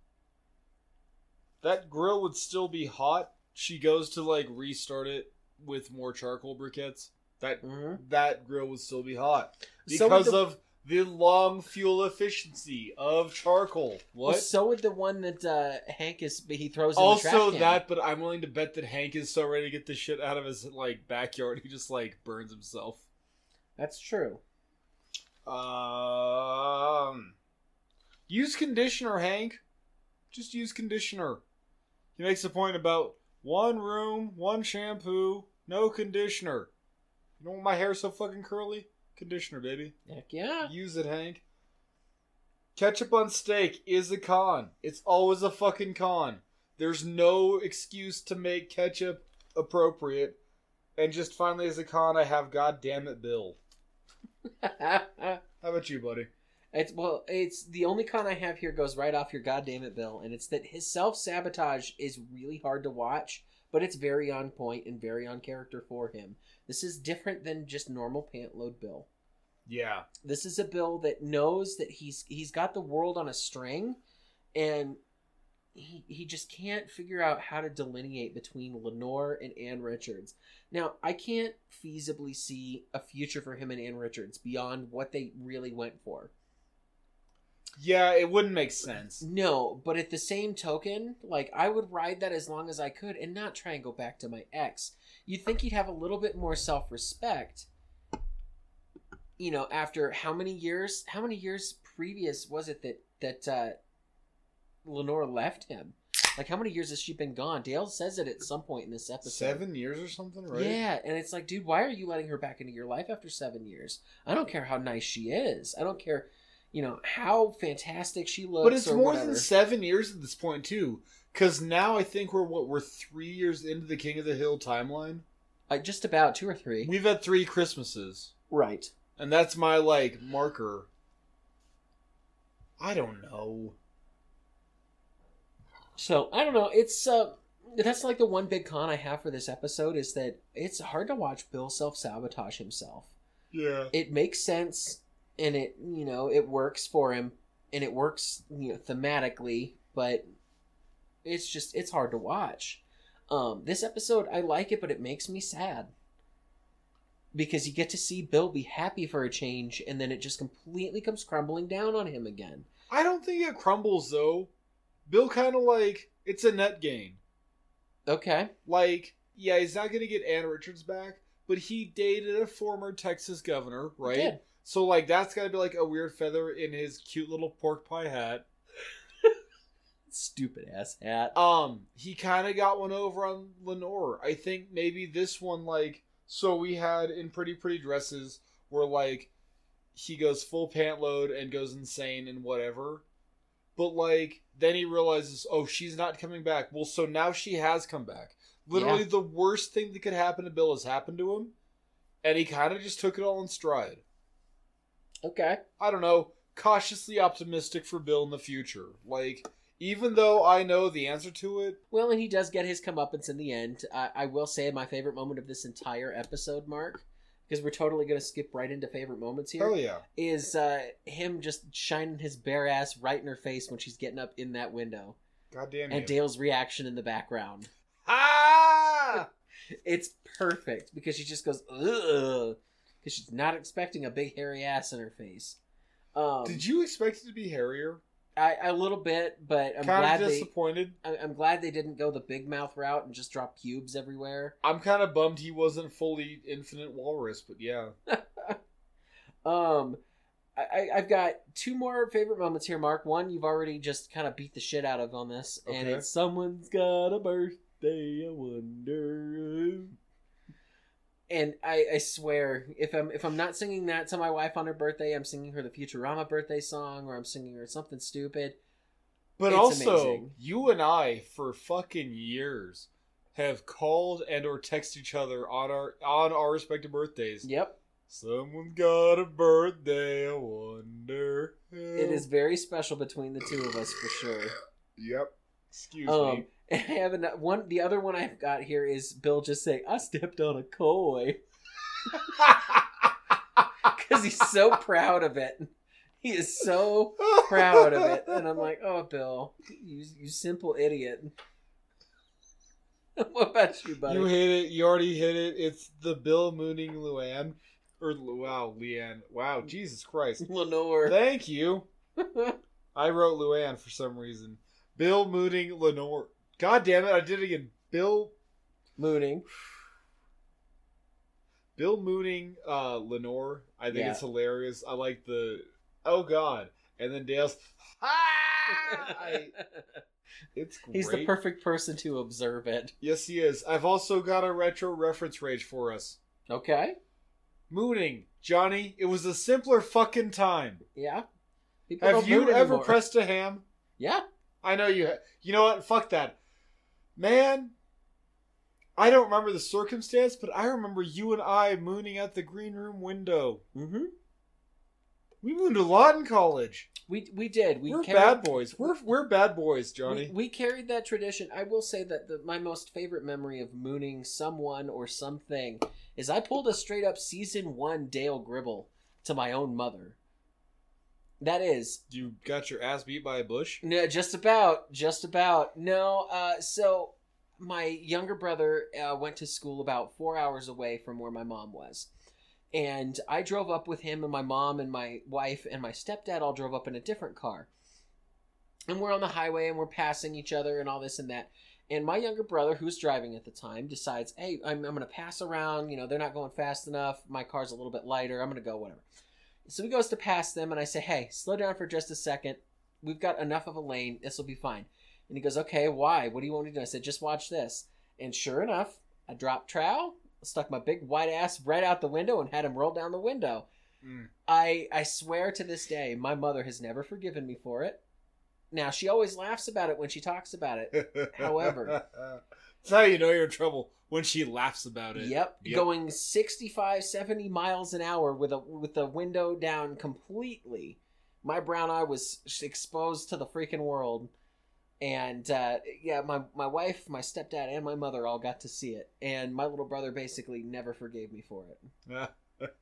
Speaker 2: that grill would still be hot. She goes to like restart it with more charcoal briquettes. That
Speaker 1: hmm
Speaker 2: that grill would still be hot
Speaker 1: So would
Speaker 2: because
Speaker 1: the-
Speaker 2: of the long fuel efficiency of charcoal. What?
Speaker 1: Well, so would the one that uh, Hank is he throws in the trash
Speaker 2: also
Speaker 1: can.
Speaker 2: that, but I'm willing to bet that Hank is so ready to get this shit out of his like backyard, he just like burns himself.
Speaker 1: That's true.
Speaker 2: Um, use conditioner, Hank. Just use conditioner. He makes a point about one room, one shampoo, no conditioner. You know want my hair so fucking curly? Conditioner, baby.
Speaker 1: Heck yeah. (laughs)
Speaker 2: Use it, Hank. Ketchup on steak is a con. It's always a fucking con. There's no excuse to make ketchup appropriate. And just finally, as a con, I have goddamn it, Bill. How about you, buddy?
Speaker 1: It's well, it's the only con I have here goes right off your goddamn it, Bill, and it's that his self sabotage is really hard to watch, but it's very on point and very on character for him. This is different than just normal pantload Bill.
Speaker 2: Yeah.
Speaker 1: This is a Bill that knows that he's he's got the world on a string, and he he just can't figure out how to delineate between Lenore and Ann Richards. Now, I can't feasibly see a future for him and Ann Richards beyond what they really went for.
Speaker 2: Yeah, it wouldn't make sense.
Speaker 1: No, but at the same token, like I would ride that as long as I could and not try and go back to my ex. You'd think he'd have a little bit more self respect. You know, after how many years how many years previous was it that that uh Lenore left him? Like how many years has she been gone? Dale says it at some point in this episode.
Speaker 2: Seven years or something, right?
Speaker 1: Yeah, and it's like, dude, why are you letting her back into your life after seven years? I don't care how nice she is. I don't care, you know, how fantastic she looks.
Speaker 2: But it's
Speaker 1: or
Speaker 2: more
Speaker 1: whatever.
Speaker 2: than seven years at this point, too. Because now I think we're, what, we're three years into the King of the Hill timeline?
Speaker 1: Uh, just about two or three.
Speaker 2: We've had three Christmases.
Speaker 1: Right.
Speaker 2: And that's my like marker. I don't know.
Speaker 1: So I don't know. It's uh, that's like the one big con I have for this episode is that it's hard to watch Bill self sabotage himself.
Speaker 2: Yeah.
Speaker 1: It makes sense, and it you know it works for him, and it works you know thematically, but it's just it's hard to watch. Um, this episode I like it, but it makes me sad because you get to see Bill be happy for a change, and then it just completely comes crumbling down on him again.
Speaker 2: I don't think it crumbles though. Bill kind of like it's a net gain.
Speaker 1: Okay,
Speaker 2: Like yeah, he's not gonna get Ann Richards back, but he dated a former Texas governor, right?
Speaker 1: Good.
Speaker 2: So like that's gotta be like a weird feather in his cute little pork pie hat.
Speaker 1: stupid ass hat.
Speaker 2: Um, he kind of got one over on Lenore. I think maybe this one, like, so we had in Pretty Pretty Dresses, where like he goes full pant load and goes insane and whatever. But like, then he realizes, oh, she's not coming back. Well, so now she has come back. Literally, the worst thing that could happen to Bill has happened to him, and he kind of just took it all in stride.
Speaker 1: Okay.
Speaker 2: I don't know, cautiously optimistic for Bill in the future. Like, even though I know the answer to it.
Speaker 1: Well, and he does get his comeuppance in the end. I, I will say my favorite moment of this entire episode, Mark, because we're totally gonna skip right into favorite moments here.
Speaker 3: Hell yeah.
Speaker 1: is uh, him just shining his bare ass right in her face when she's getting up in that window,
Speaker 3: Goddamn
Speaker 1: and
Speaker 3: you.
Speaker 1: Dale's reaction in the background.
Speaker 3: ah!
Speaker 1: It's perfect because she just goes ugh because she's not expecting a big hairy ass in her face. Um,
Speaker 3: Did you expect it to be hairier?
Speaker 1: I a little bit, but I'm glad
Speaker 2: Kind of
Speaker 1: they.
Speaker 2: disappointed.
Speaker 1: I- I'm glad they didn't go the big mouth route and just drop cubes everywhere.
Speaker 2: I'm kind of bummed he wasn't fully infinite walrus, but yeah.
Speaker 1: Um, I, I- I've got two more favorite moments here, Mark. One you've already just kind of beat the shit out of on this, and
Speaker 2: Okay.
Speaker 1: it's someone's got a birthday. I wonder. who." And I, I swear, if I'm if I'm not singing that to my wife on her birthday, I'm singing her the Futurama birthday song, or I'm singing her something stupid.
Speaker 2: But
Speaker 1: It's
Speaker 2: also,
Speaker 1: amazing.
Speaker 2: you and I for fucking years have called and or text each other on our on our respective birthdays.
Speaker 1: Yep,
Speaker 2: Someone's got a birthday, I wonder. who.
Speaker 1: it is very special between the two of us for sure.
Speaker 3: Yep.
Speaker 2: Excuse
Speaker 1: Um, (laughs)
Speaker 2: me.
Speaker 1: I have another one. The other one I've got here is Bill just saying, "I stepped on a koi" (laughs) because he's so proud of it. He is so proud of it,
Speaker 2: (laughs)
Speaker 1: and I'm like, "Oh, Bill, you you simple idiot." (laughs) what about you, buddy?
Speaker 2: You hit it. You already hit it. It's the Bill Mooning Luann. Or, wow, Leanne. Wow, Jesus Christ.
Speaker 1: Lenore. (laughs)
Speaker 2: Thank you. I wrote Luann for some reason. Bill Mooning Lenore. God damn it, I did it again. Bill
Speaker 1: Mooning.
Speaker 2: Bill Mooning uh, Lenore. I think
Speaker 1: Yeah.
Speaker 2: it's hilarious. I like the oh god, and then Dale's. (laughs) Ah!
Speaker 1: (laughs)
Speaker 2: I- it's great.
Speaker 1: He's the perfect person to observe it.
Speaker 2: yes, he is. I've also got a retro reference rage for us.
Speaker 1: Okay.
Speaker 2: Mooning Johnny. It was a simpler fucking time.
Speaker 1: Yeah. People
Speaker 2: Have
Speaker 1: don't
Speaker 2: you
Speaker 1: moon
Speaker 2: ever
Speaker 1: anymore.
Speaker 2: pressed a ham?
Speaker 1: Yeah.
Speaker 2: I know you. Ha- you know what? Fuck that, man. I don't remember the circumstance, but I remember you and I mooning out the green room window.
Speaker 1: Mm-hmm.
Speaker 2: We mooned a lot in college.
Speaker 1: We we did. We
Speaker 2: We are
Speaker 1: carried-
Speaker 2: bad boys. We're we're bad boys, Johnny.
Speaker 1: We, we carried that tradition. I will say that the, my most favorite memory of mooning someone or something is I pulled a straight up season one Dale Gribble to my own mother. That is
Speaker 2: you got your ass beat by a bush.
Speaker 1: no, just about, just about. No, uh, so my younger brother uh, went to school about four hours away from where my mom was, and I drove up with him and my mom and my wife and my stepdad all drove up in a different car, and we're on the highway and we're passing each other and all this and that. And my younger brother, who's driving at the time, decides, "Hey, I'm, I'm going to pass around. You know, they're not going fast enough. My car's a little bit lighter. I'm going to go whatever." So he goes to pass them, and I say, "Hey, slow down for just a second we've got enough of a lane. This will be fine. And he goes, okay, why? What do you want me to do? I said, just watch this. And sure enough, I dropped trowel, stuck my big white ass right out the window, and had him roll down the window.
Speaker 2: Mm.
Speaker 1: I I swear to this day, my mother has never forgiven me for it. Now she always laughs about it when she talks about it. (laughs) However.
Speaker 2: (laughs) that's how you know you're in trouble when she laughs about it.
Speaker 1: Yep.
Speaker 2: Yep.
Speaker 1: Going 65, 70 miles an hour with a with the window down completely. My brown eye was exposed to the freaking world. And uh, yeah, my, my wife, my stepdad, and my mother all got to see it. And my little brother basically never forgave me for it.
Speaker 2: (laughs)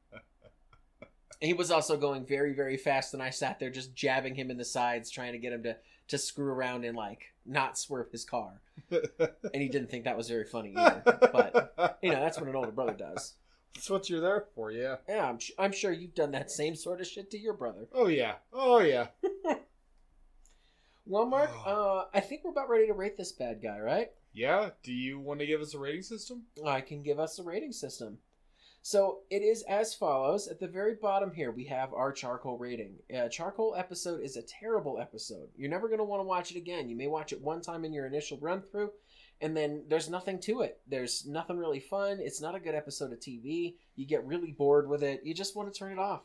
Speaker 1: He was also going very, very fast, and I sat there just jabbing him in the sides, trying to get him to, to screw around and like not swerve his car.
Speaker 2: (laughs)
Speaker 1: And he didn't think that was very funny either. But you know, that's what an older brother does.
Speaker 2: that's what you're there for. Yeah.
Speaker 1: Yeah, I'm, su- I'm sure you've done that same sort of shit to your brother.
Speaker 2: Oh yeah. Oh yeah.
Speaker 1: Well, Mark, uh, I think we're about ready to rate this bad guy, right?
Speaker 2: Yeah. Do you want to give us a rating system?
Speaker 1: I can give us a rating system. So it is as follows. At the very bottom here, we have our charcoal rating. Uh, charcoal episode is a terrible episode. You're never going to want to watch it again. You may watch it one time in your initial run through, and then there's nothing to it. There's nothing really fun. It's not a good episode of TV. You get really bored with it. You just want to turn it off.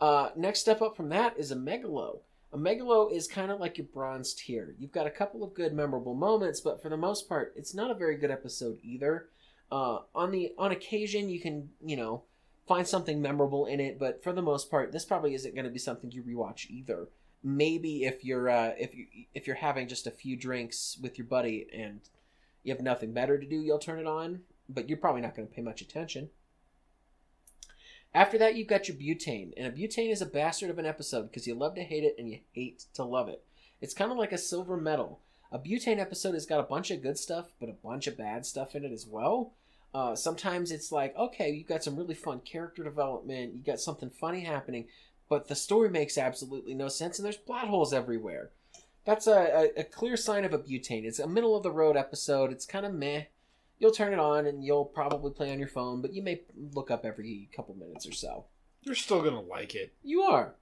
Speaker 1: Uh, next step up from that is a megalo. A megalo is kind of like your bronze tier. You've got a couple of good memorable moments, but for the most part, it's not a very good episode either. Uh, on the on occasion, you can you know find something memorable in it, but for the most part, this probably isn't going to be something you rewatch either. Maybe if you're uh, if you if you're having just a few drinks with your buddy and you have nothing better to do, you'll turn it on, but you're probably not going to pay much attention. After that, you've got your butane, and a butane is a bastard of an episode because you love to hate it and you hate to love it. It's kind of like a silver medal. A butane episode has got a bunch of good stuff, but a bunch of bad stuff in it as well. Uh, sometimes it's like, okay, you've got some really fun character development, you got something funny happening, but the story makes absolutely no sense, and there's plot holes everywhere. That's a, a, a clear sign of a butane. It's a middle of the road episode. It's kind of meh. You'll turn it on and you'll probably play on your phone, but you may look up every couple minutes or so.
Speaker 2: You're still gonna like it.
Speaker 1: You are.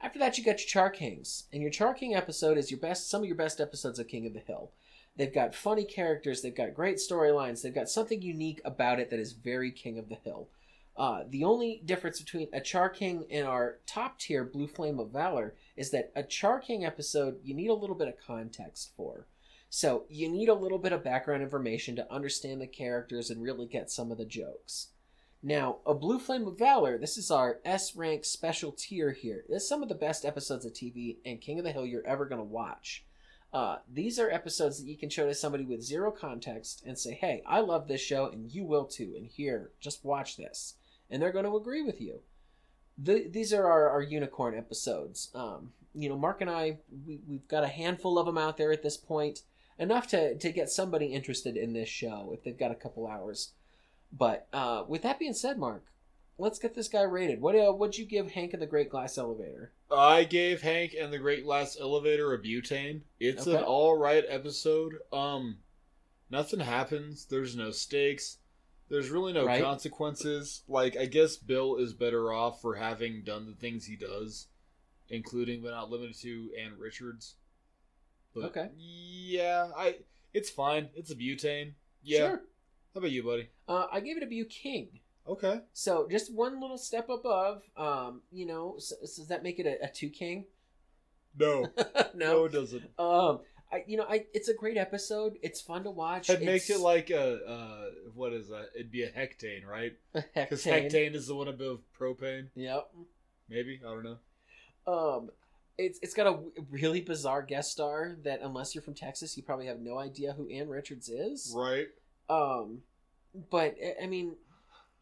Speaker 1: After that, you got your Char Kings, and your Char King episode is your best, some of your best episodes of King of the Hill. They've got funny characters, they've got great storylines, they've got something unique about it that is very King of the Hill. Uh, the only difference between a Char King and our top tier Blue Flame of Valor is that a Char King episode you need a little bit of context for. So you need a little bit of background information to understand the characters and really get some of the jokes. Now, a Blue Flame of Valor, this is our S rank special tier here. This is some of the best episodes of TV and King of the Hill you're ever going to watch. Uh, these are episodes that you can show to somebody with zero context and say, hey, I love this show and you will too. And here, just watch this. And they're going to agree with you. The, these are our, our unicorn episodes. Um, you know, Mark and I, we, we've got a handful of them out there at this point, enough to, to get somebody interested in this show if they've got a couple hours. But uh, with that being said, Mark, let's get this guy rated. What uh, what'd you give Hank and the Great Glass Elevator?
Speaker 2: I gave Hank and the Great Glass Elevator a butane. It's an
Speaker 1: Okay.
Speaker 2: all right episode. Um, nothing happens. There's no stakes. There's really no
Speaker 1: Right.
Speaker 2: consequences. Like I guess Bill is better off for having done the things he does, including but not limited to Ann Richards. But
Speaker 1: Okay.
Speaker 2: Yeah, I. It's fine. It's a butane. Yeah.
Speaker 1: Sure.
Speaker 2: How about you, buddy?
Speaker 1: Uh, I gave it a Bu King.
Speaker 2: Okay.
Speaker 1: So just one little step above. Um, you know, so, so does that make it a, a two king? (laughs)
Speaker 2: (laughs) No. no,
Speaker 1: no.
Speaker 2: it doesn't.
Speaker 1: Um, I you know, I it's a great episode. It's fun to watch.
Speaker 2: It makes
Speaker 1: It's
Speaker 2: it like a uh, what is that? It'd be a hectane, right?
Speaker 1: (laughs)
Speaker 2: Because
Speaker 1: hectane.
Speaker 2: hectane is the one above propane.
Speaker 1: Yep.
Speaker 2: Maybe I don't know.
Speaker 1: Um, it's it's got a w- really bizarre guest star that unless you're from Texas, you probably have no idea who Ann Richards is.
Speaker 2: Right.
Speaker 1: Um, but I- I mean,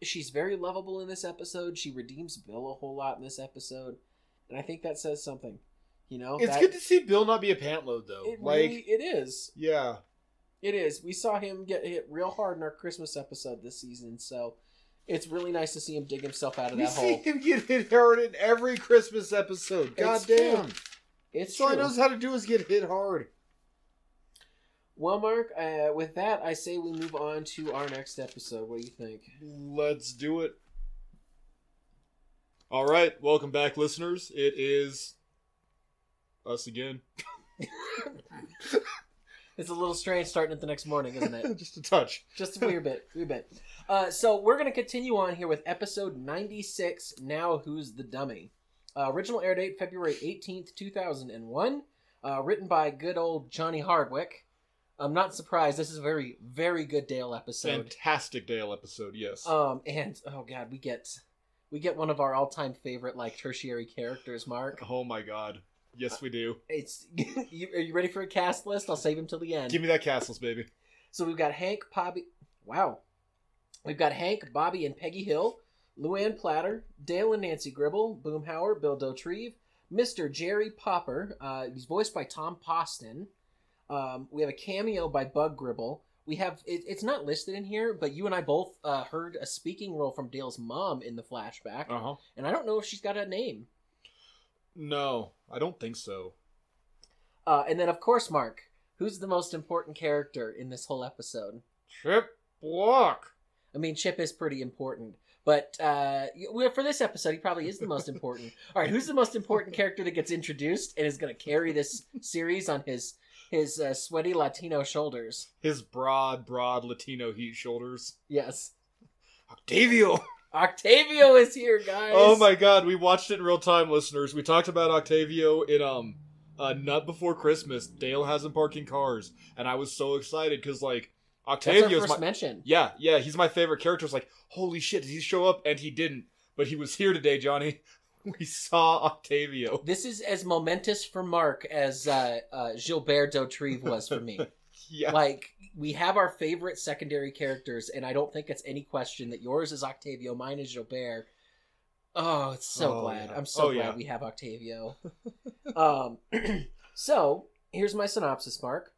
Speaker 1: she's very lovable in this episode. She redeems Bill a whole lot in this episode, and I think that says something. You know,
Speaker 2: It's
Speaker 1: that-
Speaker 2: good to see Bill not be a pant load though.
Speaker 1: It
Speaker 2: like
Speaker 1: really, it is.
Speaker 3: Yeah.
Speaker 1: It is. We saw him get hit real hard in our Christmas episode this season, so it's really nice to see him dig himself out of
Speaker 2: we
Speaker 1: that
Speaker 2: see
Speaker 1: hole.
Speaker 2: him get hit hard in every Christmas episode. God
Speaker 1: It's
Speaker 2: damn.
Speaker 1: true. It's
Speaker 2: That's all he
Speaker 1: true.
Speaker 2: knows how to do is get hit hard.
Speaker 1: Well, Mark, uh, with that, I say we move on to our next episode. What do you think?
Speaker 2: Let's do it. All right, welcome back, listeners. It is
Speaker 1: (laughs)
Speaker 2: us again.
Speaker 1: It's a little strange starting it the next morning, isn't it?
Speaker 2: Just a touch.
Speaker 1: Just a weird bit, weird bit. Uh, so we're gonna continue on here with episode ninety six. Now, who's the dummy? Uh, original air date February eighteenth, two thousand and one. Uh, written by good old Johnny Hardwick. I'm not surprised. This is a very, very good Dale episode.
Speaker 2: Fantastic Dale episode. Yes.
Speaker 1: Um, and oh god, we get we get one of our all time favorite like tertiary characters. Mark,
Speaker 2: oh my God. Yes, we do.
Speaker 1: it's (laughs) you, are you ready for a cast list? I'll save him till the end.
Speaker 2: Give me that castles, baby.
Speaker 1: So we've got Hank, Bobby. Wow. We've got Hank, Bobby, and Peggy Hill, Luann Platter, Dale and Nancy Gribble, Boomhauer, Bill Dotrieve, Mr. Jerry Popper. Uh, he's voiced by Tom Poston. Um, we have a cameo by Bug Gribble. We have it, it's not listed in here, but you and I both uh, heard a speaking role from Dale's mom in the flashback,
Speaker 2: huh.
Speaker 1: and I don't know if she's got a name.
Speaker 2: No, I don't think so.
Speaker 1: Uh, and then, of course, Mark, who's the most important character in this whole episode?
Speaker 2: Chip Block.
Speaker 1: I mean, Chip is pretty important, but uh, well, for this episode, he probably is the most important. All right, who's the most important character that gets introduced and is going to carry this series on his his uh, sweaty Latino shoulders?
Speaker 2: His broad, broad Latino heat shoulders.
Speaker 1: Yes,
Speaker 2: Octavio.
Speaker 1: Octavio is here, guys.
Speaker 2: Oh my God, we watched it in real time, listeners. We talked about Octavio in um, uh, Nut Before Christmas. Dale has him parking cars, and I was so excited because like
Speaker 1: That's our
Speaker 2: Octavio's
Speaker 1: first
Speaker 2: my
Speaker 1: mention.
Speaker 2: yeah yeah he's my favorite character. It's like holy shit, did he show up? And he didn't, but he was here today, Johnny. (laughs) We saw Octavio.
Speaker 1: This is as momentous for Mark as uh, uh, Gilbert Dautrive was for me.
Speaker 2: Yeah.
Speaker 1: like we have our favorite secondary characters and i don't think it's any question that yours is octavio mine is gilbert Oh, it's so
Speaker 2: Oh,
Speaker 1: glad.
Speaker 2: yeah.
Speaker 1: I'm so
Speaker 2: Oh,
Speaker 1: glad
Speaker 2: yeah.
Speaker 1: we have
Speaker 2: (laughs)
Speaker 1: Octavio. um, (clears throat) so here's my synopsis, Mark.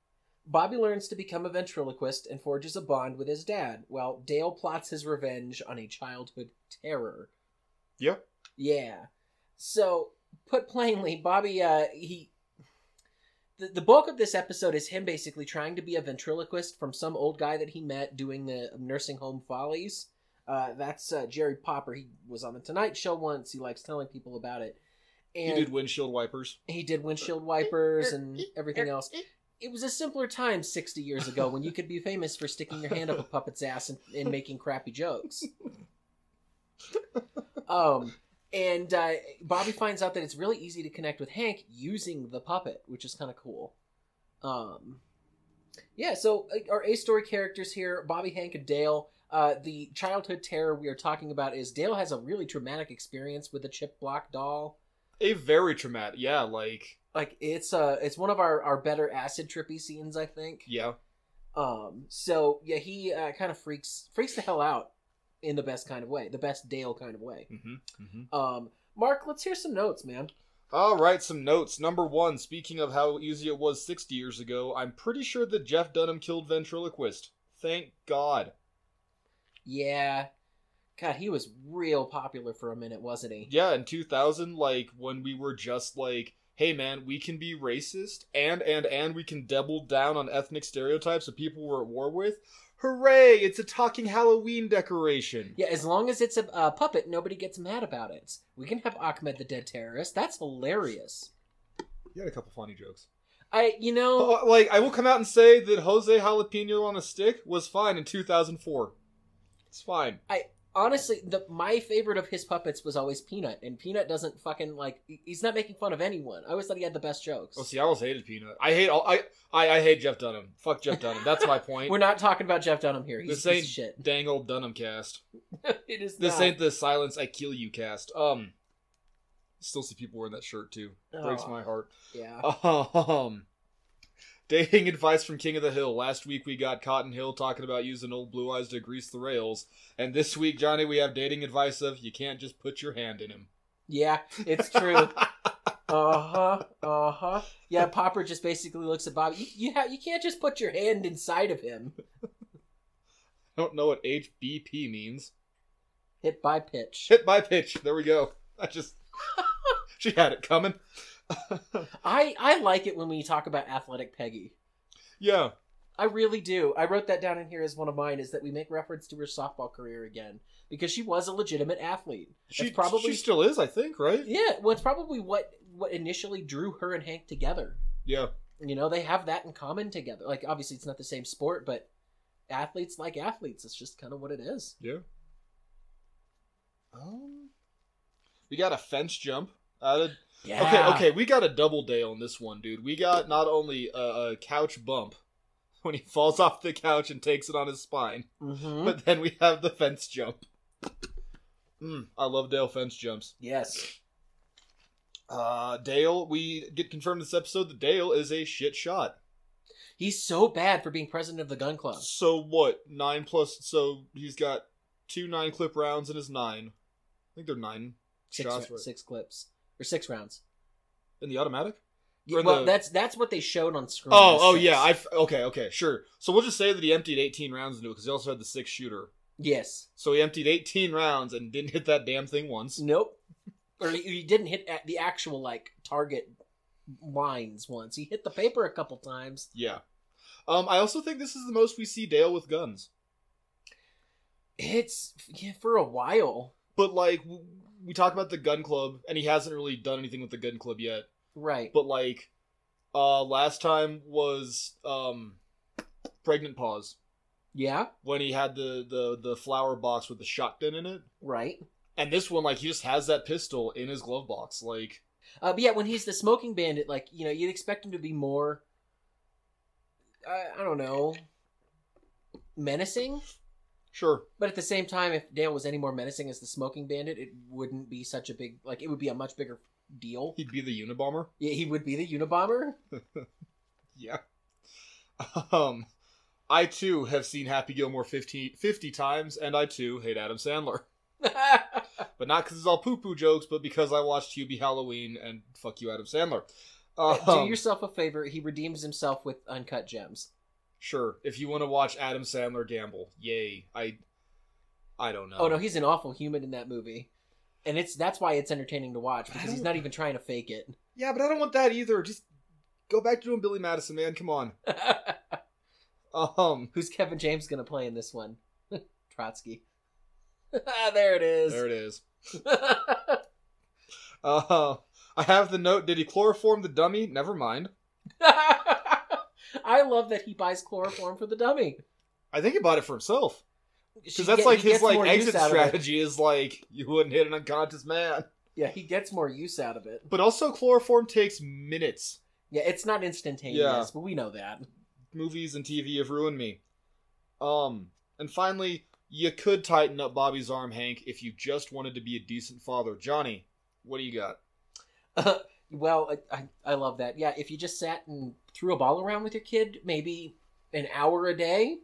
Speaker 1: Bobby learns to become a ventriloquist and forges a bond with his dad, while Dale plots his revenge on a childhood terror.
Speaker 3: Yep.
Speaker 1: Yeah. So, put plainly, Bobby, uh, he. The, the bulk of this episode is him basically trying to be a ventriloquist from some old guy that he met doing the nursing home follies. Uh, that's uh, Jerry Popper. He was on The Tonight Show once. He likes telling people about it.
Speaker 2: You
Speaker 1: And
Speaker 2: did windshield wipers.
Speaker 1: he did windshield wipers and
Speaker 2: (laughs)
Speaker 1: everything else. It was a simpler time 60 years ago when you could be famous for sticking your hand up a puppet's ass and, and making crappy jokes. Um, and uh, Bobby finds out that it's really easy to connect with Hank using the puppet, which is kind of cool. Um, yeah, so uh, our A story characters here Bobby, Hank, and Dale. Uh, the childhood terror we are talking about is Dale has a really traumatic experience with a chip block doll
Speaker 2: A very traumatic. Yeah, like
Speaker 1: like it's uh it's one of our our better acid trippy scenes i think
Speaker 2: yeah.
Speaker 1: um so yeah he uh, kind of freaks freaks the hell out in the best kind of way the best dale kind of way
Speaker 2: Mm-hmm. Mm-hmm.
Speaker 1: um mark let's hear some notes man
Speaker 2: All right, some notes. Number one, speaking of how easy it was 60 years ago, I'm pretty sure that Jeff Dunham killed Ventriloquist. Thank God.
Speaker 1: yeah god he was real popular for a minute wasn't he
Speaker 2: Yeah, in 2000, like, when we were just like, hey man, we can be racist, and, and, and we can double down on ethnic stereotypes that people were at war with. Hooray! It's a talking Halloween decoration.
Speaker 1: yeah as long as it's a, a puppet nobody gets mad about it we can have ahmed the dead terrorist that's hilarious
Speaker 2: You had a couple funny jokes.
Speaker 1: i you know
Speaker 2: Oh, like, I will come out and say that Jose Jalapeno on a Stick was fine in 2004. It's fine.
Speaker 1: honestly the my favorite of his puppets was always peanut and peanut doesn't fucking like he- he's not making fun of anyone i always thought he had the best jokes
Speaker 2: Oh, see, I always hated Peanut. I hate all. I I, I hate Jeff Dunham. Fuck Jeff Dunham. That's my point.
Speaker 1: We're not talking about Jeff Dunham here. He's
Speaker 2: This
Speaker 1: a piece of
Speaker 2: ain't-
Speaker 1: shit.
Speaker 2: (laughs) Dang old Dunham cast.
Speaker 1: it is
Speaker 2: This
Speaker 1: not.
Speaker 2: ain't the silence I kill you cast. Um, still see people wearing that shirt too. Breaks
Speaker 1: Oh,
Speaker 2: my heart.
Speaker 1: Yeah.
Speaker 2: Um, dating advice from King of the Hill. Last week we got Cotton Hill talking about using old blue eyes to grease the rails, and this week Johnny we have dating advice of you can't just put your hand in him.
Speaker 1: Yeah, it's
Speaker 2: (laughs)
Speaker 1: true. uh huh. Uh huh. Yeah, Popper just basically looks at Bobby. You you, ha- you can't just put your hand inside of him.
Speaker 2: I don't know what HBP means.
Speaker 1: Hit by pitch.
Speaker 2: Hit by pitch. There we go.
Speaker 1: (laughs)
Speaker 2: I just she had it coming.
Speaker 1: I I like it when we talk about athletic Peggy.
Speaker 2: Yeah.
Speaker 1: I really do. I wrote that down in here as one of mine. Is that we make reference to her softball career again because she was a legitimate athlete.
Speaker 2: She
Speaker 1: That's probably-
Speaker 2: probably she still is, I think, right?
Speaker 1: Yeah, well, it's probably what what initially drew her and Hank together.
Speaker 2: Yeah.
Speaker 1: you know they have that in common together like obviously it's not the same sport but athletes like athletes it's just kind of what it is
Speaker 2: Um, we got a fence jump. Out of,
Speaker 1: yeah
Speaker 2: Okay, okay, we got a double Dale on this one, dude. We got not only a, a couch bump (laughs) when he falls off the couch and takes it on his spine,
Speaker 1: hmm
Speaker 2: but then we have the fence jump. Mm, I love Dale fence jumps.
Speaker 1: yes
Speaker 2: Uh, Dale, we get confirmed this episode that Dale is a shit shot.
Speaker 1: he's so bad for being president of the gun club
Speaker 2: So what? Nine plus. So he's got two nine clip rounds in his nine. I think they're nine
Speaker 1: six,
Speaker 2: shots.
Speaker 1: ra-
Speaker 2: right?
Speaker 1: six clips or six rounds
Speaker 2: In the automatic?
Speaker 1: Yeah,
Speaker 2: Or
Speaker 1: well
Speaker 2: the-
Speaker 1: that's that's what they showed on screen
Speaker 2: Oh,
Speaker 1: was
Speaker 2: oh
Speaker 1: six.
Speaker 2: yeah. I f- okay, okay, sure. So we'll just say that he emptied 18 rounds into it because he also had the six shooter.
Speaker 1: yes
Speaker 2: So he emptied 18 rounds and didn't hit that damn thing once.
Speaker 1: nope (laughs) or he, he didn't hit at the actual like target lines once he hit the paper a couple times
Speaker 2: Yeah. Um, I also think this is the most we see Dale with guns.
Speaker 1: it's yeah, for a while
Speaker 2: But like w- we talk about the gun club, and he hasn't really done anything with the gun club yet.
Speaker 1: right
Speaker 2: But like, uh, last time was um, pregnant pause
Speaker 1: yeah
Speaker 2: when he had the the the flower box with the shotgun in it,
Speaker 1: right
Speaker 2: and this one like he just has that pistol in his glove box, like.
Speaker 1: Uh, but yeah, when he's the smoking bandit, like you know, you'd expect him to be more. uh, I, I don't know. Menacing,
Speaker 2: Sure.
Speaker 1: but at the same time, if Dale was any more menacing as the smoking bandit, it wouldn't be such a big like. It would be a much bigger deal.
Speaker 2: He'd be the Unabomber. (laughs)
Speaker 1: Yeah, he would be the Unabomber. (laughs)
Speaker 2: Yeah. Um, I too have seen Happy Gilmore 15, 50 times, and I too hate Adam Sandler. but not because it's all poo poo jokes, but because I watched Hubie Halloween and fuck you, Adam Sandler.
Speaker 1: Do
Speaker 2: Um,
Speaker 1: yourself a favor. He redeems himself with uncut gems.
Speaker 2: Sure, if you want to watch Adam Sandler gamble, yay! I, I don't know.
Speaker 1: Oh no, he's an awful human in that movie, and it's that's why it's entertaining to watch
Speaker 2: I
Speaker 1: because he's
Speaker 2: don't-
Speaker 1: not even trying to fake it.
Speaker 2: yeah, but I don't want that either. Just go back to doing Billy Madison, man.
Speaker 1: (laughs)
Speaker 2: Come on. Um,
Speaker 1: Who's Kevin James gonna play in this one? (laughs) Trotsky. (laughs) there it is.
Speaker 2: there it is. Uh, I have the note. Did he chloroform the dummy? Never mind.
Speaker 1: (laughs) I love that he buys chloroform for the
Speaker 2: (laughs)
Speaker 1: dummy.
Speaker 2: I think he bought it for himself.
Speaker 1: She
Speaker 2: Because that's
Speaker 1: get-
Speaker 2: like
Speaker 1: he
Speaker 2: his
Speaker 1: gets
Speaker 2: like
Speaker 1: more use
Speaker 2: exit
Speaker 1: out of it.
Speaker 2: strategy is like you wouldn't hit an unconscious man.
Speaker 1: Yeah, he gets more use out of it.
Speaker 2: But also chloroform takes minutes.
Speaker 1: Yeah, it's not instantaneous,
Speaker 2: Yeah.
Speaker 1: but we know that. (laughs)
Speaker 2: Movies and TV have ruined me. Um and finally, you could tighten up Bobby's arm, Hank, if you just wanted to be a decent father. Johnny, what do you got?
Speaker 1: Well, I, I, I love that. Yeah, if you just sat and threw a ball around with your kid, maybe an hour a day,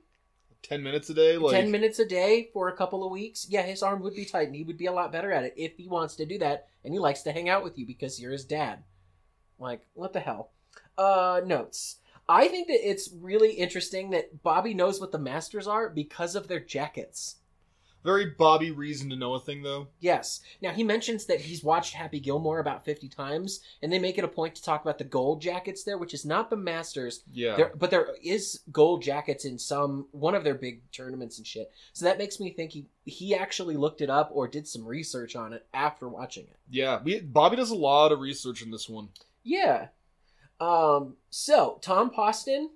Speaker 2: Ten minutes a day? Like
Speaker 1: 10 minutes a day for a couple of weeks, yeah, his arm would be tight and he would be a lot better at it if he wants to do that and he likes to hang out with you because you're his dad. Like, what the hell? Uh, notes. I think that it's really interesting that Bobby knows what the masters are because of their jackets.
Speaker 2: very Bobby reason to know a thing though.
Speaker 1: Yes. Now he mentions that he's watched Happy Gilmore about 50 times and they make it a point to talk about the gold jackets there, which is not the masters,
Speaker 2: Yeah.
Speaker 1: there, but there is gold jackets in some one of their big tournaments and shit. So that makes me think he he actually looked it up or did some research on it after watching it.
Speaker 2: yeah. We Bobby does a lot of research in this one.
Speaker 1: Yeah. Um. So Tom Poston,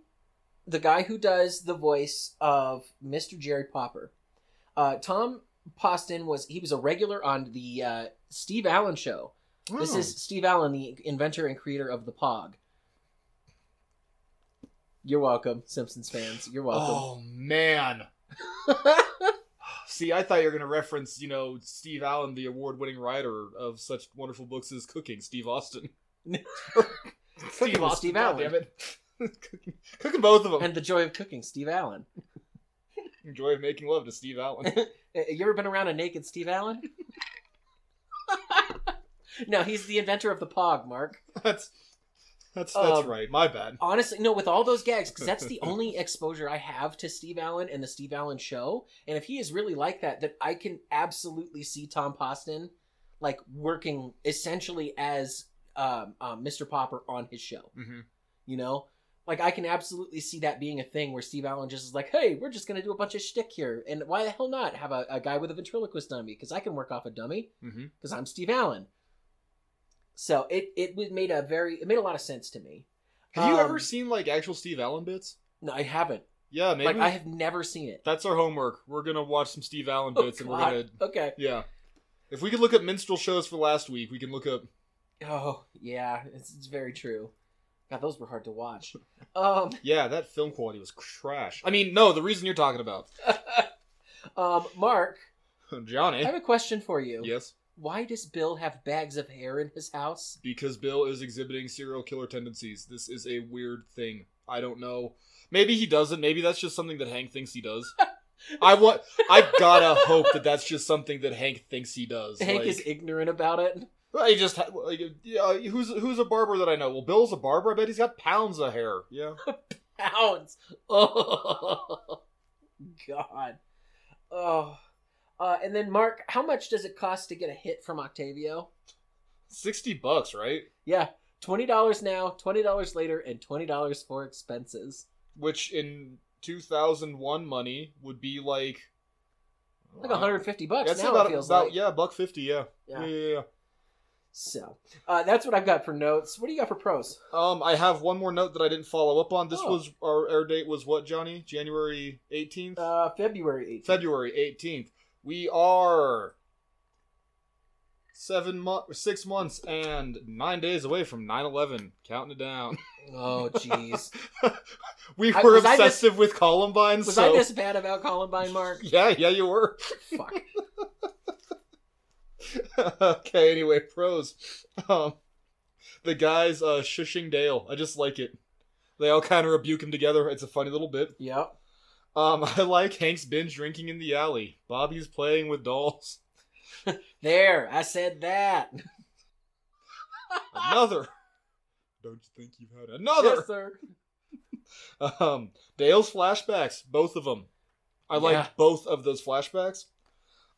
Speaker 1: the guy who does the voice of Mr. Jerry Popper, uh, Tom Poston was he was a regular on the uh, Steve Allen show. This
Speaker 2: Oh.
Speaker 1: is Steve Allen, the inventor and creator of the Pog. You're welcome, Simpsons fans. You're Hmm. welcome.
Speaker 2: Oh man. See, I thought you were going to reference, you know, Steve Allen, the award-winning writer of such wonderful books as Cooking, Steve Austin.
Speaker 1: (laughs) Cooking with Steve Allen.
Speaker 2: Damn it. cooking, (laughs) cooking both of them.
Speaker 1: and the joy of cooking steve allen
Speaker 2: Enjoy of making love to Steve Allen.
Speaker 1: (laughs)
Speaker 2: (laughs)
Speaker 1: Uh, you ever been around a naked steve allen (laughs) no he's the inventor of the pog mark
Speaker 2: that's that's that's
Speaker 1: Um,
Speaker 2: right. My bad.
Speaker 1: honestly no with all those gags because that's the only exposure i have to steve allen and the steve allen show and if he is really like that that i can absolutely see tom poston like working essentially as um, um, mr popper on his show
Speaker 2: hmm
Speaker 1: you know like i can absolutely see that being a thing where steve allen just is like hey we're just gonna do a bunch of shtick here and why the hell not have a, a guy with a ventriloquist dummy because i can work off a dummy
Speaker 2: hmm
Speaker 1: because i'm steve allen so it it was- made a very it made a lot of sense to me
Speaker 2: Have you
Speaker 1: Um,
Speaker 2: ever seen like actual Steve Allen bits?
Speaker 1: no i haven't
Speaker 2: Yeah, maybe.
Speaker 1: like i have never seen it
Speaker 2: That's our homework. We're gonna watch some Steve Allen
Speaker 1: Oh,
Speaker 2: bits, and we're
Speaker 1: God.
Speaker 2: gonna
Speaker 1: okay
Speaker 2: yeah. If we could look up minstrel shows for last week, we can look up
Speaker 1: oh yeah it's, it's very true god those were hard to
Speaker 2: (laughs)
Speaker 1: watch um
Speaker 2: Yeah, that film quality was trash. I mean, no, the reason you're talking about (laughs)
Speaker 1: um mark i
Speaker 2: Johnny.
Speaker 1: have a question for you
Speaker 2: Yes,
Speaker 1: why does bill have bags of hair in his house
Speaker 2: because Bill is exhibiting serial killer tendencies. This is a weird thing. I don't know. Maybe he doesn't. Maybe that's just something that Hank thinks
Speaker 1: (laughs)
Speaker 2: he does. I want. I gotta hope that that's just something that Hank thinks he does.
Speaker 1: hank
Speaker 2: like,
Speaker 1: is ignorant about it
Speaker 2: well, he just ha- like, yeah, who's who's a barber that I know? Well, Bill's a barber. I bet he's got pounds of hair. Yeah.
Speaker 1: pounds. (laughs) Oh, God. Oh. Uh, and then, Mark, how much does it cost to get a hit from Octavio?
Speaker 2: Sixty bucks, right?
Speaker 1: Yeah, $20 now, $20 later, and $20 for expenses.
Speaker 2: Which in 2001 money would be like
Speaker 1: Like 150 bucks
Speaker 2: That's
Speaker 1: now,
Speaker 2: about,
Speaker 1: it feels
Speaker 2: about-
Speaker 1: like.
Speaker 2: yeah, buck fifty, yeah.
Speaker 1: Yeah.
Speaker 2: Yeah. yeah, yeah,
Speaker 1: So, uh, that's what I've got for notes. What do you got for pros?
Speaker 2: Um, I have one more note that I didn't follow up on. This
Speaker 1: Oh.
Speaker 2: was our air date was what Johnny? January eighteenth,
Speaker 1: Uh, February 18th.
Speaker 2: February eighteenth. We are seven months, six months, and nine days away from 9-11. Counting it down. (laughs)
Speaker 1: Oh, jeez.
Speaker 2: We
Speaker 1: I-
Speaker 2: were
Speaker 1: was I
Speaker 2: obsessive with Columbine,
Speaker 1: Was
Speaker 2: so
Speaker 1: I this bad about Columbine,
Speaker 2: (laughs)
Speaker 1: Mark?
Speaker 2: yeah, yeah, you were.
Speaker 1: Fuck.
Speaker 2: (laughs) okay, anyway, pros. Um, the guys uh, shushing Dale. I just like it. They all kind of rebuke him together. It's a funny little bit.
Speaker 1: Yep.
Speaker 2: (laughs) Um, I like Hank's binge drinking in the alley. Bobby's playing with dolls.
Speaker 1: There, I said that.
Speaker 2: Another. (laughs) Don't you think you've had another?
Speaker 1: Yes, sir.
Speaker 2: Um, Dale's flashbacks, both of them. I like
Speaker 1: Yeah.
Speaker 2: both of those flashbacks.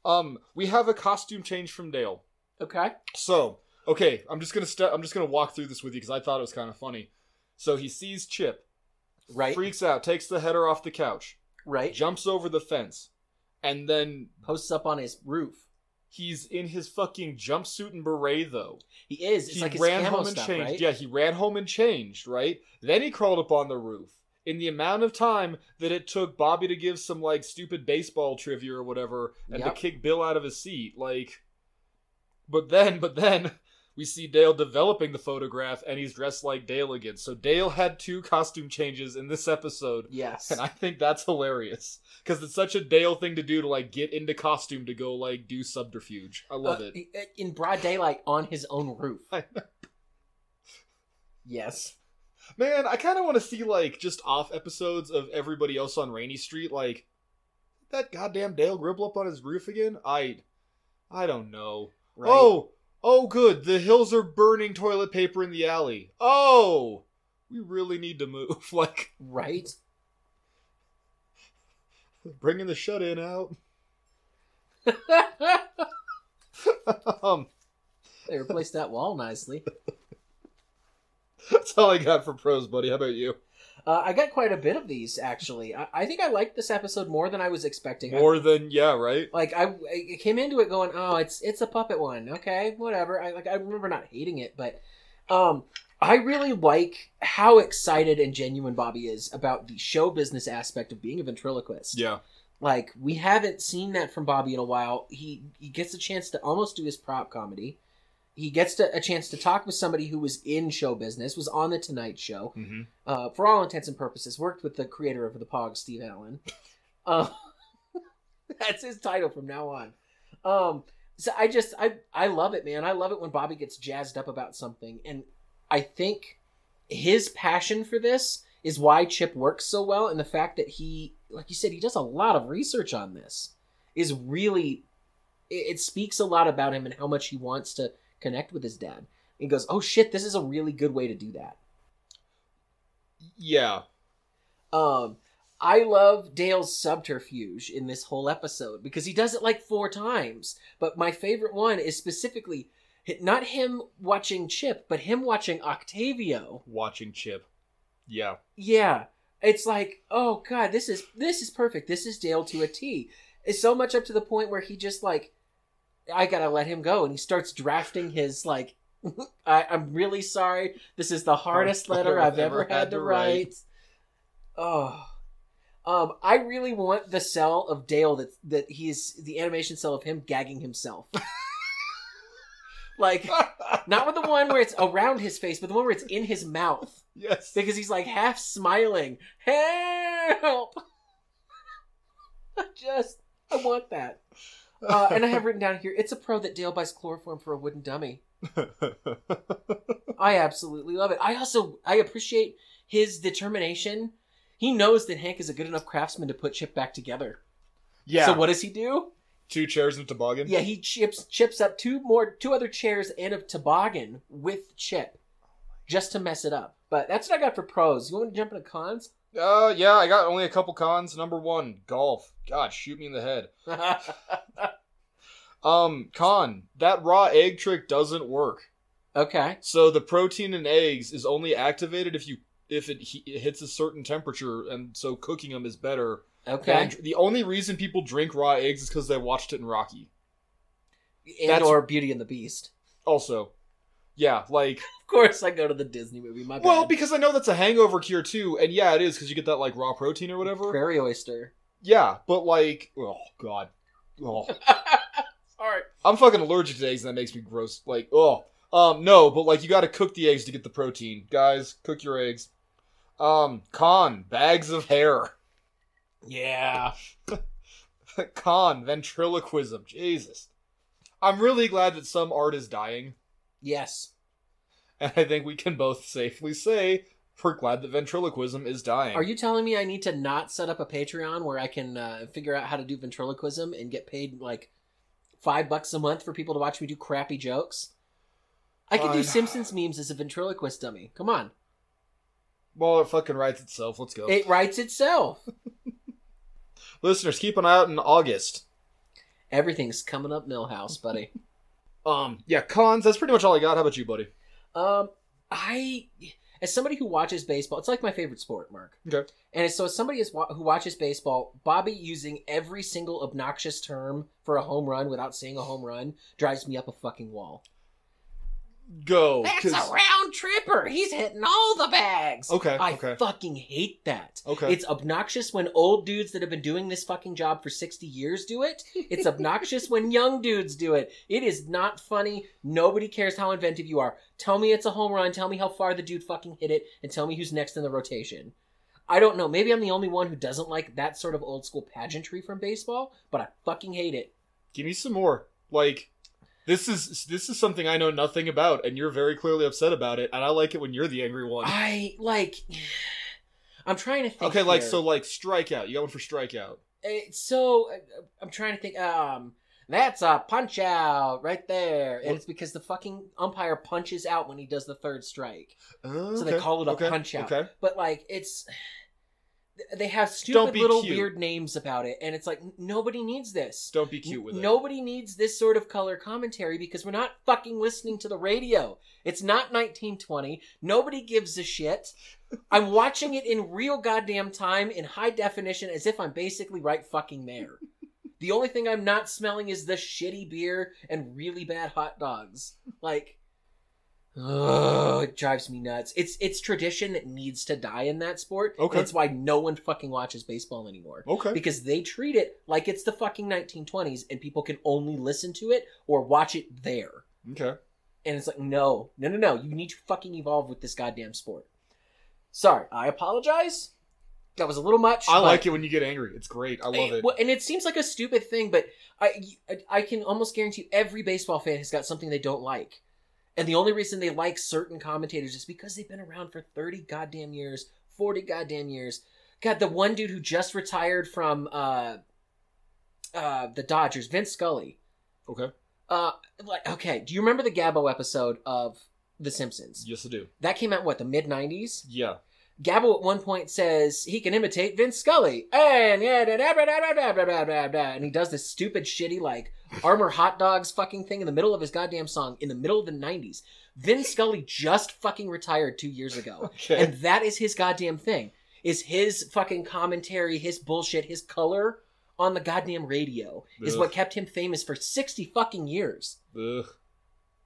Speaker 2: Um, we have a costume change from Dale.
Speaker 1: Okay.
Speaker 2: So, okay, I'm just gonna st- I'm just gonna walk through this with you because I thought it was kind of funny. So he sees Chip,
Speaker 1: Right.
Speaker 2: freaks out, takes the header off the couch,
Speaker 1: Right.
Speaker 2: jumps over the fence, and then
Speaker 1: Posts up on his roof.
Speaker 2: he's in his fucking jumpsuit and beret though.
Speaker 1: He is. It's
Speaker 2: he
Speaker 1: like his
Speaker 2: ran
Speaker 1: camo
Speaker 2: home and
Speaker 1: stuff,
Speaker 2: changed.
Speaker 1: right?
Speaker 2: Yeah, he ran home and changed, right? Then he crawled up on the roof. In the amount of time that it took Bobby to give some like stupid baseball trivia or whatever and
Speaker 1: Yep.
Speaker 2: to kick Bill out of his seat, like But then but then we see Dale developing the photograph and he's dressed like Dale again. So Dale had two costume changes in this episode.
Speaker 1: Yes.
Speaker 2: And I think that's hilarious because it's such a Dale thing to do to like get into costume to go like do subterfuge. I love
Speaker 1: Uh,
Speaker 2: it.
Speaker 1: i- In broad daylight on his own roof.
Speaker 2: (laughs) I
Speaker 1: yes.
Speaker 2: Man, I kind of want to see like just off episodes of everybody else on Rainy Street. Like that goddamn Dale Gribble up on his roof again. I, I don't know.
Speaker 1: Right.
Speaker 2: Oh, oh, good. The hills are burning toilet paper in the alley. Oh, we really need to move. (laughs) Like
Speaker 1: Right.
Speaker 2: bringing the shut in out. (laughs) um,
Speaker 1: they replaced that wall nicely.
Speaker 2: that's all I got for pros, buddy. How about you?
Speaker 1: Uh, I got quite a bit of these actually. I, I think I liked this episode more than I was expecting. I-
Speaker 2: More than yeah, right?
Speaker 1: like I, I came into it going, oh, it's it's a puppet one, okay, whatever. I like I remember not hating it, but um, I really like how excited and genuine Bobby is about the show business aspect of being a ventriloquist.
Speaker 2: Yeah.
Speaker 1: Like we haven't seen that from Bobby in a while. He he gets a chance to almost do his prop comedy. He gets to, a chance to talk with somebody who was in show business, was on the Tonight Show,
Speaker 2: Mm-hmm.
Speaker 1: uh, for all intents and purposes, worked with the creator of the Pog, Steve Allen. Uh, (laughs) that's his title from now on. Um, so I just I I love it, man. I love it when Bobby gets jazzed up about something, and I think his passion for this is why Chip works so well, and the fact that he, like you said, he does a lot of research on this is really it, it speaks a lot about him and how much he wants to connect with his dad. He goes, "Oh shit, this is a really good way to do that."
Speaker 2: Yeah.
Speaker 1: Um, I love Dale's subterfuge in this whole episode because he does it like four times. But my favorite one is specifically hi- not him watching Chip, but him watching Octavio.
Speaker 2: Watching Chip. Yeah. (laughs)
Speaker 1: Yeah, it's like, oh god, this is this is perfect. This is Dale to a T. It's so much up to the point where he just like, I gotta let him go, and he starts drafting his like. (laughs) I, I'm really sorry. This is the hardest
Speaker 2: Hardest
Speaker 1: letter (laughs) I've ever had to write. Oh, um, I really want the cell of Dale that that he's the animation cell of him gagging (laughs) himself. like, not with the one where it's around his face, but the one where it's in his mouth
Speaker 2: yes.
Speaker 1: because he's like half smiling. Help! (laughs) I just, I want that. Uh,
Speaker 2: (laughs)
Speaker 1: and I have written down here, it's a pro that Dale buys chloroform for a wooden dummy. I absolutely love it. I also, I appreciate his determination. He knows that Hank is a good enough craftsman to put Chip back together.
Speaker 2: yeah.
Speaker 1: So what does he do?
Speaker 2: Two chairs and a toboggan.
Speaker 1: Yeah, he chips chips up two more, two other chairs and a toboggan with Chip, just to mess it up. But that's what I got for pros. You want to jump into cons? (laughs)
Speaker 2: Uh, yeah, I got only a couple cons. Number one, golf. God, shoot me in the head. Um, con, that raw egg trick doesn't work.
Speaker 1: Okay.
Speaker 2: So the protein in eggs is only activated if you if it, he- it hits a certain temperature, and so cooking them is better.
Speaker 1: Okay.
Speaker 2: And the only reason people drink raw eggs is because they watched it in Rocky.
Speaker 1: And,
Speaker 2: that's-
Speaker 1: or Beauty and the Beast. (laughs)
Speaker 2: Also, yeah, like
Speaker 1: Of course, I go to the Disney movie. My bad.
Speaker 2: well, because I know that's a hangover cure too, and yeah, it is because you get that like raw protein or whatever.
Speaker 1: Prairie Oyster.
Speaker 2: Yeah, but like, oh god, oh.
Speaker 1: Sorry.
Speaker 2: I'm fucking allergic to eggs, and that makes me gross. Like, oh, um, no, but like, you got to cook the eggs to get the protein, guys. Cook your eggs. Um, con bags of hair. (laughs)
Speaker 1: Yeah.
Speaker 2: con ventriloquism. Jesus, I'm really glad that some art is dying,
Speaker 1: Yes.
Speaker 2: and I think we can both safely say we're glad that ventriloquism is dying.
Speaker 1: Are you telling me I need to not set up a Patreon where I can uh, figure out how to do ventriloquism and get paid like five bucks a month for people to watch me do crappy jokes? I could do
Speaker 3: Fine.
Speaker 1: Simpsons memes as a ventriloquist dummy. Come on.
Speaker 2: Well, it fucking writes itself. Let's go.
Speaker 1: It writes itself.
Speaker 2: Listeners, keep an eye out in August.
Speaker 1: Everything's coming up Millhouse, buddy.
Speaker 2: Um, yeah, cons. That's pretty much all I got. How about you, buddy?
Speaker 1: Um, I, as somebody who watches baseball, it's like my favorite sport, Mark.
Speaker 2: Okay.
Speaker 1: And so, as somebody is, wa- who watches baseball, Bobby using every single obnoxious term for a home run without saying a home run drives me up a fucking wall.
Speaker 2: Go.
Speaker 1: That's
Speaker 2: Oh, 'cause-
Speaker 1: a round tripper. He's hitting all the bags.
Speaker 2: Okay,
Speaker 1: I
Speaker 2: okay.
Speaker 1: fucking hate that.
Speaker 2: okay.
Speaker 1: It's obnoxious when old dudes that have been doing this fucking job for 60 years do it. It's obnoxious when young dudes do it. It is not funny. Nobody cares how inventive you are. Tell me it's a home run. Tell me how far the dude fucking hit it. And tell me who's next in the rotation. I don't know. Maybe I'm the only one who doesn't like that sort of old school pageantry from baseball, but I fucking hate it.
Speaker 2: Give me some more. Like, this is this is something I know nothing about, and you're very clearly upset about it, and I like it when you're the angry one.
Speaker 1: I, like, (sighs) I'm trying to think.
Speaker 2: Okay, like
Speaker 1: here.
Speaker 2: so, like strikeout. You got one for strikeout.
Speaker 1: Uh, so uh, I'm trying to think. Um, that's a punch out right there, and
Speaker 2: What-
Speaker 1: it's because the fucking umpire punches out when he does the third strike.
Speaker 2: Oh,
Speaker 1: So they call it a punch-out.
Speaker 2: Okay.
Speaker 1: But like, it's (sighs) they have
Speaker 2: Don't
Speaker 1: stupid
Speaker 2: be
Speaker 1: little
Speaker 2: cute.
Speaker 1: weird names about it, and it's like n- nobody needs this.
Speaker 2: Don't be cute with it.
Speaker 1: Nobody needs this sort of color commentary because we're not fucking listening to the radio. It's not 1920. Nobody gives a shit. I'm watching it in real goddamn time in high definition as if I'm basically right fucking there. The only thing I'm not smelling is the shitty beer and really bad hot dogs. Like Oh, it drives me nuts. It's it's tradition that needs to die in that sport. and
Speaker 2: Okay.
Speaker 1: It's why no one fucking watches baseball anymore
Speaker 2: Okay.
Speaker 1: because they treat it like it's the fucking 1920s and people can only listen to it or watch it there.
Speaker 2: Okay.
Speaker 1: And it's like, no, no, no, no. You need to fucking evolve with this goddamn sport. Sorry, I apologize. That was a little much.
Speaker 2: I
Speaker 1: but-
Speaker 2: like it when you get angry. It's great. I love
Speaker 1: I-
Speaker 2: it.
Speaker 1: Eh, well, and it seems like a stupid thing, but I, I I can almost guarantee every baseball fan has got something they don't like. And the only reason they like certain commentators is because they've been around for 30 goddamn years, 40 goddamn years. God, the one dude who just retired from uh uh the Dodgers, Vince Scully.
Speaker 2: Okay.
Speaker 1: Uh like okay, do you remember the Gabbo episode of The Simpsons?
Speaker 2: Yes, I do.
Speaker 1: That came out what, the mid 90s?
Speaker 2: Yeah.
Speaker 1: Gabble at one point says he can imitate Vince Scully, and yeah, da, da, da, da, da, da, da, da, da, da, and he does this stupid, shitty like armor hot dogs fucking thing in the middle of his goddamn song in the middle of the '90s. Vince Scully just fucking retired two years
Speaker 2: (laughs)
Speaker 1: ago,
Speaker 2: Okay.
Speaker 1: and that is his goddamn thing. Is his fucking commentary, his bullshit, his color on the goddamn radio is
Speaker 2: Ugh.
Speaker 1: what kept him famous for sixty fucking years.
Speaker 2: Ugh.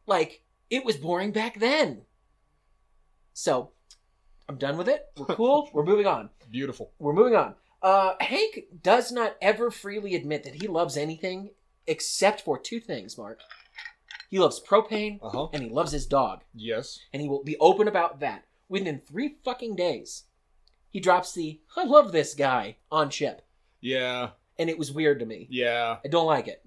Speaker 1: Like it was boring back then. So, I'm done with it. We're cool. We're moving on
Speaker 2: Beautiful.
Speaker 1: we're moving on. Uh, Hank does not ever freely admit that he loves anything except for two things, Mark. He loves propane
Speaker 2: Uh huh.
Speaker 1: and he loves his dog,
Speaker 2: Yes.
Speaker 1: and he will be open about that within three fucking days. He drops the I love this guy on Chip,
Speaker 2: Yeah.
Speaker 1: and it was weird to me.
Speaker 2: Yeah.
Speaker 1: I don't like it.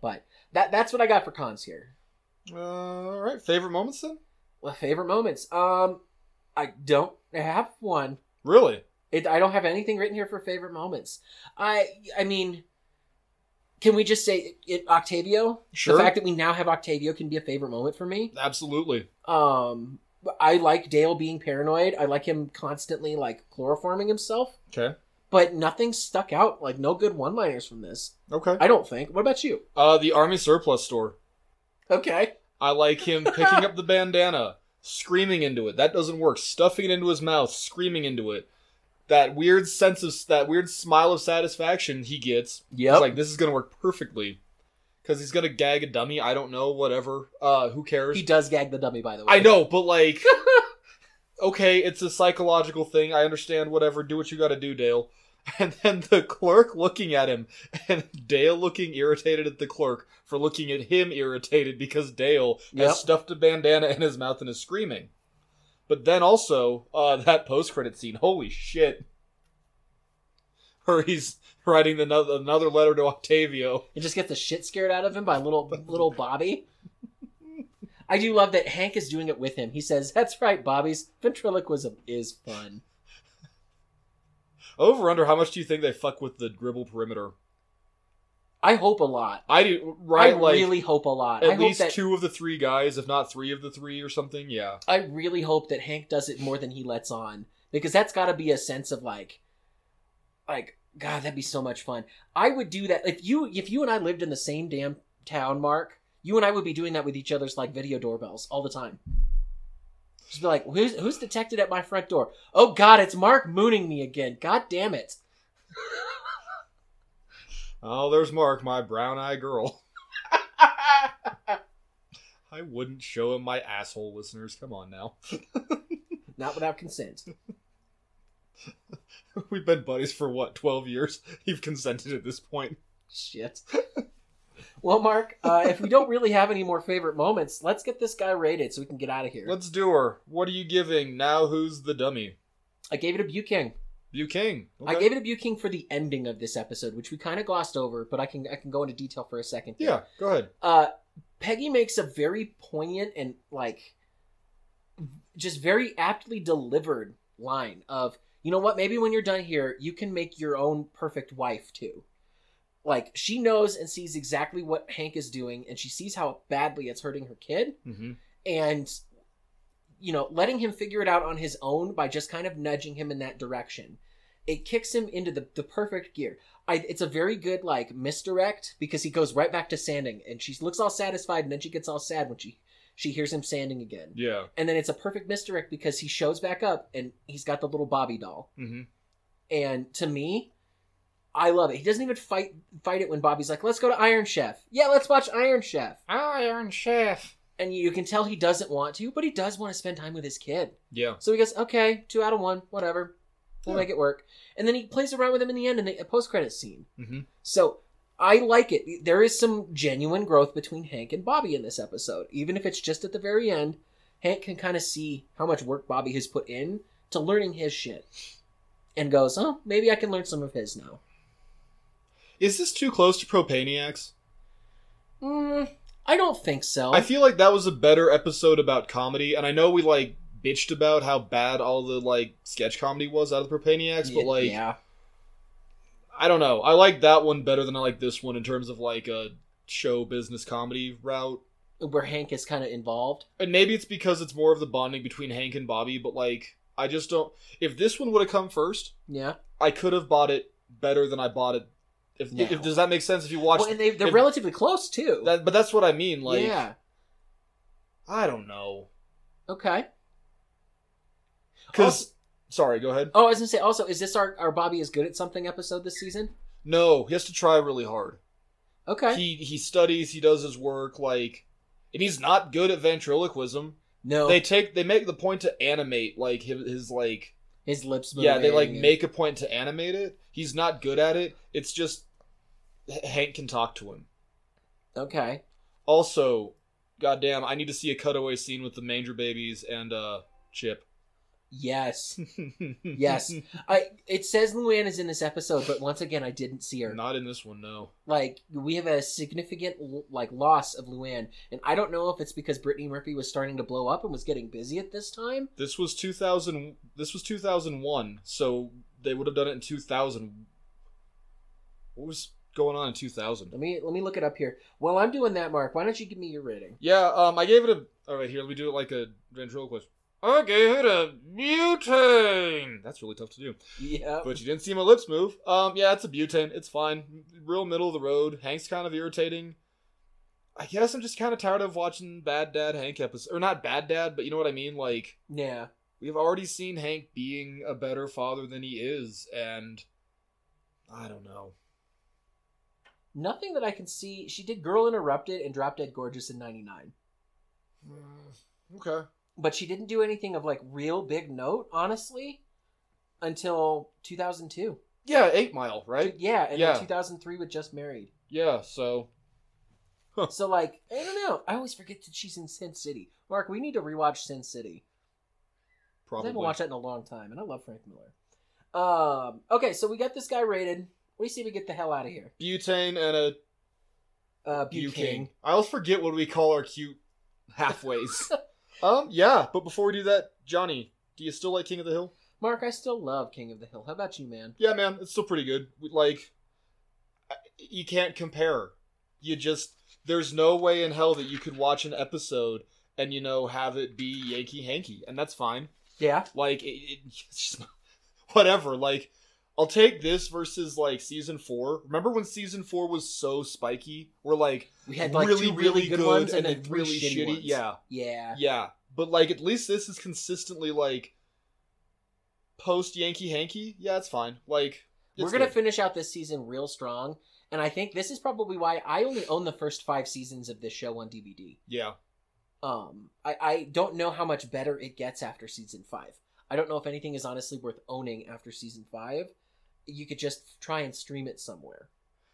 Speaker 1: But that that's what I got for cons here.
Speaker 2: Uh, all right. Favorite moments then?
Speaker 1: Well, favorite moments. Um I don't have one.
Speaker 2: Really?
Speaker 1: It, I don't have anything written here for favorite moments. I I mean, can we just say it, Octavio?
Speaker 2: Sure.
Speaker 1: The fact that we now have Octavio can be a favorite moment for me.
Speaker 2: Absolutely.
Speaker 1: Um, I like Dale being paranoid. I like him constantly like chloroforming himself.
Speaker 2: Okay.
Speaker 1: But nothing stuck out. Like no good one-liners from this.
Speaker 2: Okay.
Speaker 1: I don't think. What about you?
Speaker 2: Uh, the army surplus store.
Speaker 1: Okay.
Speaker 2: I like him picking up the bandana, screaming into it. That doesn't work. Stuffing it into his mouth, screaming into it. That weird sense of that weird smile of satisfaction he gets.
Speaker 1: Yep.
Speaker 2: It's like this is gonna work perfectly, because he's gonna gag a dummy. I don't know. Whatever. Uh, who cares?
Speaker 1: he does gag the dummy, by the way.
Speaker 2: I know, but
Speaker 1: (laughs)
Speaker 2: like, okay, it's a psychological thing. I understand. Whatever. Do what you got to do, Dale. (laughs) And then the clerk looking at him, and Dale looking irritated at the clerk for looking at him irritated because Dale
Speaker 1: Yep.
Speaker 2: has stuffed a bandana in his mouth and is screaming. But then also uh, that post credit scene. Holy shit! Where he's writing another another letter to Octavio.
Speaker 1: It just gets the shit scared out of him by
Speaker 2: (laughs)
Speaker 1: little little Bobby. I do love that Hank is doing it with him. He says, "That's right, Bobby's ventriloquism is fun."
Speaker 2: Over under, how much do you think they fuck with the dribble perimeter?
Speaker 1: I hope a lot.
Speaker 2: I do right.
Speaker 1: I
Speaker 2: like
Speaker 1: really hope a lot. I
Speaker 2: at
Speaker 1: hope
Speaker 2: least
Speaker 1: that,
Speaker 2: two of the three guys, if not three of the three or something. Yeah.
Speaker 1: I really hope that Hank does it more than he lets on because that's got to be a sense of like, like God, that'd be so much fun. I would do that if you if you and I lived in the same damn town, Mark. You and I would be doing that with each other's like video doorbells all the time. Just be like, who's who's detected at my front door? Oh God, it's Mark mooning me again. God damn it!
Speaker 2: Oh, there's Mark, my brown eye girl. (laughs) I wouldn't show him my asshole, listeners. Come on now. (laughs)
Speaker 1: Not without consent.
Speaker 2: We've been buddies for what, 12 years? (laughs) You've consented at this point.
Speaker 1: Shit. (laughs) Well, Mark, uh, if we don't really have any more favorite moments, let's get this guy rated so we can get out of here.
Speaker 2: Let's do her. What are you giving? Now who's the dummy?
Speaker 1: I gave it a Buking.
Speaker 2: You king.
Speaker 1: I gave it a Buking for the ending of this episode, which we kind of glossed over, but I can I can go into detail for a second. here.
Speaker 2: Yeah, go ahead.
Speaker 1: Uh, Peggy makes a very poignant and like just very aptly delivered line of, you know what? Maybe when you're done here, you can make your own perfect wife too. Like she knows and sees exactly what Hank is doing, and she sees how badly it's hurting her kid
Speaker 2: Mm-hmm.
Speaker 1: and you know letting him figure it out on his own by just kind of nudging him in that direction it kicks him into the, the perfect gear I, it's a very good like misdirect because he goes right back to sanding and she looks all satisfied and then she gets all sad when she she hears him sanding again
Speaker 2: Yeah.
Speaker 1: and then it's a perfect misdirect because he shows back up and he's got the little bobby doll
Speaker 2: Mm-hmm.
Speaker 1: and to me i love it he doesn't even fight fight it when bobby's like let's go to iron chef yeah let's watch iron chef
Speaker 2: Iron Chef.
Speaker 1: and you can tell he doesn't want to, but he does want to spend time with his kid.
Speaker 2: Yeah.
Speaker 1: So he goes, okay, two out of one, whatever, we'll
Speaker 2: Yeah.
Speaker 1: make it work. And then he plays around with him in the end in the post credit scene.
Speaker 2: Mhm.
Speaker 1: So I like it. There is some genuine growth between Hank and Bobby in this episode, even if it's just at the very end. Hank can kind of see how much work Bobby has put in to learning his shit, and goes, oh, maybe I can learn some of his now.
Speaker 2: Is this too close to Propaniacs?
Speaker 1: Mm, I don't think so.
Speaker 2: I feel like that was a better episode about comedy, and I know we like bitched about how bad all the like sketch comedy was out of the Propaniacs, but like
Speaker 1: yeah,
Speaker 2: I don't know. I like that one better than I like this one in terms of like a show business comedy route.
Speaker 1: where Hank is kind of involved.
Speaker 2: And maybe it's because it's more of the bonding between Hank and Bobby, but like I just don't if this one would have come first,
Speaker 1: Yeah.
Speaker 2: I could have bought it better than I bought it. If,
Speaker 1: No.
Speaker 2: if does that make sense if you watch
Speaker 1: Well, and they, they're
Speaker 2: if-
Speaker 1: relatively close too.
Speaker 2: that but that's what I mean like
Speaker 1: yeah.
Speaker 2: I don't know.
Speaker 1: Okay.
Speaker 2: Cuz sorry, go ahead.
Speaker 1: Oh, I was gonna say. Also, is this our, our Bobby is good at something episode this season?
Speaker 2: No, he has to try really hard.
Speaker 1: Okay.
Speaker 2: He he studies, he does his work like and he's not good at ventriloquism.
Speaker 1: no,
Speaker 2: They take they make the point to animate like his, his like
Speaker 1: his lips. Moving
Speaker 2: yeah they like
Speaker 1: and-
Speaker 2: make a point to animate it he's not good at it it's just H- hank can talk to him
Speaker 1: Okay.
Speaker 2: also goddamn i need to see a cutaway scene with the manger babies and uh chip
Speaker 1: Yes. Yes. I. It says Luann is in this episode, but once again, I didn't see her.
Speaker 2: not in this one no
Speaker 1: Like we have a significant l- like loss of Luann, and I don't know if it's because Brittany Murphy was starting to blow up and was getting busy at this time.
Speaker 2: this was 2000 this was 2001 so they would have done it in 2000 what was going on in 2000
Speaker 1: Let me let me look it up here. While I'm doing that, Mark, why don't you give me your rating?
Speaker 2: Yeah, um, I gave it a. All right, here, let me do it like a ventriloquist. I gave it a butane. That's really tough to do.
Speaker 1: Yeah.
Speaker 2: But you didn't see my lips move. Um, yeah, it's a butane. It's fine. Real middle of the road. Hank's kind of irritating. I guess I'm just kind of tired of watching Bad Dad Hank episodes, or not Bad Dad, but you know what I mean. Like
Speaker 1: Yeah.
Speaker 2: we've already seen Hank being a better father than he is, and I don't know.
Speaker 1: Nothing that I can see. She did Girl Interrupted and Drop Dead Gorgeous in 99.
Speaker 2: Okay.
Speaker 1: But she didn't do anything of like real big note, honestly, until 2002.
Speaker 2: Yeah, Eight Mile, right?
Speaker 1: Yeah, and
Speaker 2: Yeah.
Speaker 1: then 2003 with Just Married.
Speaker 2: Yeah. So
Speaker 1: So, like, I don't know. I always forget that she's in Sin City. Mark, we need to rewatch Sin City. 'cause I
Speaker 2: probably.
Speaker 1: haven't watched that in a long time, and I love Frank Miller. Um, okay, so we got this guy rated. We see if we get the hell out of here.
Speaker 2: butane and a
Speaker 1: Uh,
Speaker 2: you
Speaker 1: Buking.
Speaker 2: king. I always forget what we call our cute
Speaker 1: (laughs)
Speaker 2: halfways. (laughs) um, yeah, but before we do that, Johnny, do you still like King of the Hill?
Speaker 1: Mark, I still love King of the Hill. How about you, man?
Speaker 2: Yeah, man, it's still pretty good. We, like, I- you can't compare. You just there's no way in hell that you could watch an episode and you know have it be Yankee Hanky, and that's fine.
Speaker 1: Yeah.
Speaker 2: Like it, it (laughs) it's just, whatever. Like I'll take this versus like season four. Remember when season four was so spiky? We're like
Speaker 1: We had like
Speaker 2: really,
Speaker 1: two really good, ones and,
Speaker 2: then
Speaker 1: then three
Speaker 2: really
Speaker 1: shitty.
Speaker 2: shitty.
Speaker 1: ones.
Speaker 2: Yeah,
Speaker 1: Yeah.
Speaker 2: yeah. But like at least this is consistently like post Yankee Hanky. Yeah, it's fine. Like it's
Speaker 1: We're gonna
Speaker 2: good.
Speaker 1: finish out this season real strong, and I think this is probably why I only own the first five seasons of this show on DVD.
Speaker 2: yeah.
Speaker 1: Um, I, I don't know how much better it gets after season five. I don't know if anything is honestly worth owning after season five. You could just try and stream it somewhere.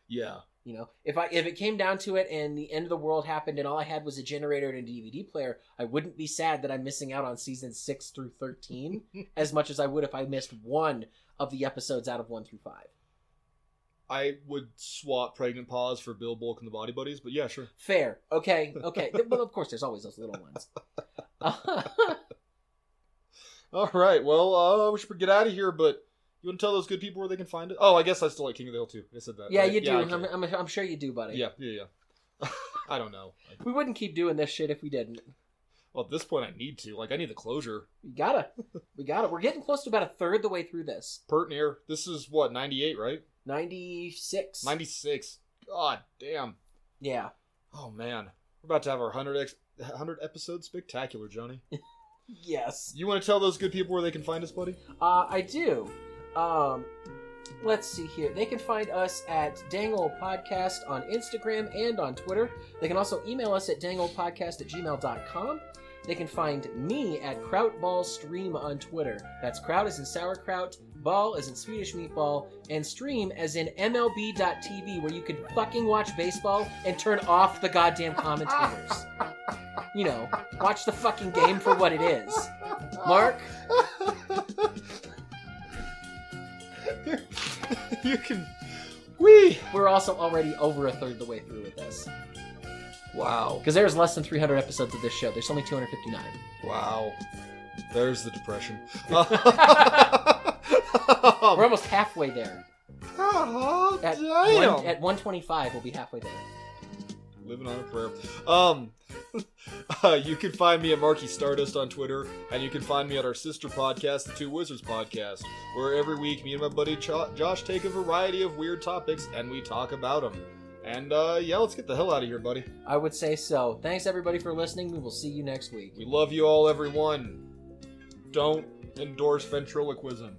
Speaker 2: Yeah.
Speaker 1: You know, if I if it came down to it and the end of the world happened and all I had was a generator and a DVD player, I wouldn't be sad that I'm missing out on season six through
Speaker 2: (laughs)
Speaker 1: thirteen as much as I would if I missed one of the episodes out of one through five.
Speaker 2: I would swap pregnant pause for Bill Bulk and the Body Buddies, but yeah, sure.
Speaker 1: Fair. Okay.
Speaker 2: (laughs)
Speaker 1: Okay. well, of course, there's always those little ones. (laughs)
Speaker 2: All right, well, uh, we should get out of here, but you want to tell those good people where they can find it? Oh, I guess I still like King of the Hill too. I said that.
Speaker 1: yeah,
Speaker 2: right?
Speaker 1: you do.
Speaker 2: Yeah, I
Speaker 1: I'm,
Speaker 2: can.
Speaker 1: I'm, I'm sure you do, buddy.
Speaker 2: yeah, yeah. yeah. (laughs) I don't know.
Speaker 1: We wouldn't keep doing this shit if we didn't.
Speaker 2: Well, at this point, I need to. Like, I need the closure.
Speaker 1: We gotta. We gotta. We're getting close to about a third the way through this.
Speaker 2: Pert and Air, this is what, 98, right?
Speaker 1: 96.
Speaker 2: 96. God damn.
Speaker 1: yeah.
Speaker 2: Oh, man. We're about to have our 100, ex- 100 episode spectacular, Johnny.
Speaker 1: Yes.
Speaker 2: You want to tell those good people where they can find us, buddy?
Speaker 1: Uh, I do. Um, let's see here. They can find us at Dang Old Podcast on Instagram and on Twitter. They can also email us at dangoldpodcast at gmail.com. They can find me at Krautballstream on Twitter. That's Kraut as in sauerkraut, ball as in Swedish meatball, and stream as in MLB.tv, where you can fucking watch baseball and turn off the goddamn commentators. you know, watch the fucking game for what it is. Mark,
Speaker 2: (laughs) you can. We.
Speaker 1: we're also already over a third the way through with this.
Speaker 2: Wow.
Speaker 1: Because there's less than 300 episodes of this show. There's only 259.
Speaker 2: Wow. There's the
Speaker 1: (laughs)
Speaker 2: depression. (laughs) Oh,
Speaker 1: We're almost halfway there.
Speaker 2: Oh,
Speaker 1: At,
Speaker 2: damn.
Speaker 1: one, at 125, we'll be halfway there.
Speaker 2: Living on a prayer. Um, (laughs) uh, you can find me at Marky Stardust on Twitter, and you can find me at our sister podcast, the Two Wizards Podcast, where every week me and my buddy Cho- Josh take a variety of weird topics and we talk about them. And uh, yeah, let's get the hell out of here, buddy.
Speaker 1: I would say so. Thanks, everybody, for listening. We will see you next week.
Speaker 2: We love you all, everyone. Don't endorse ventriloquism.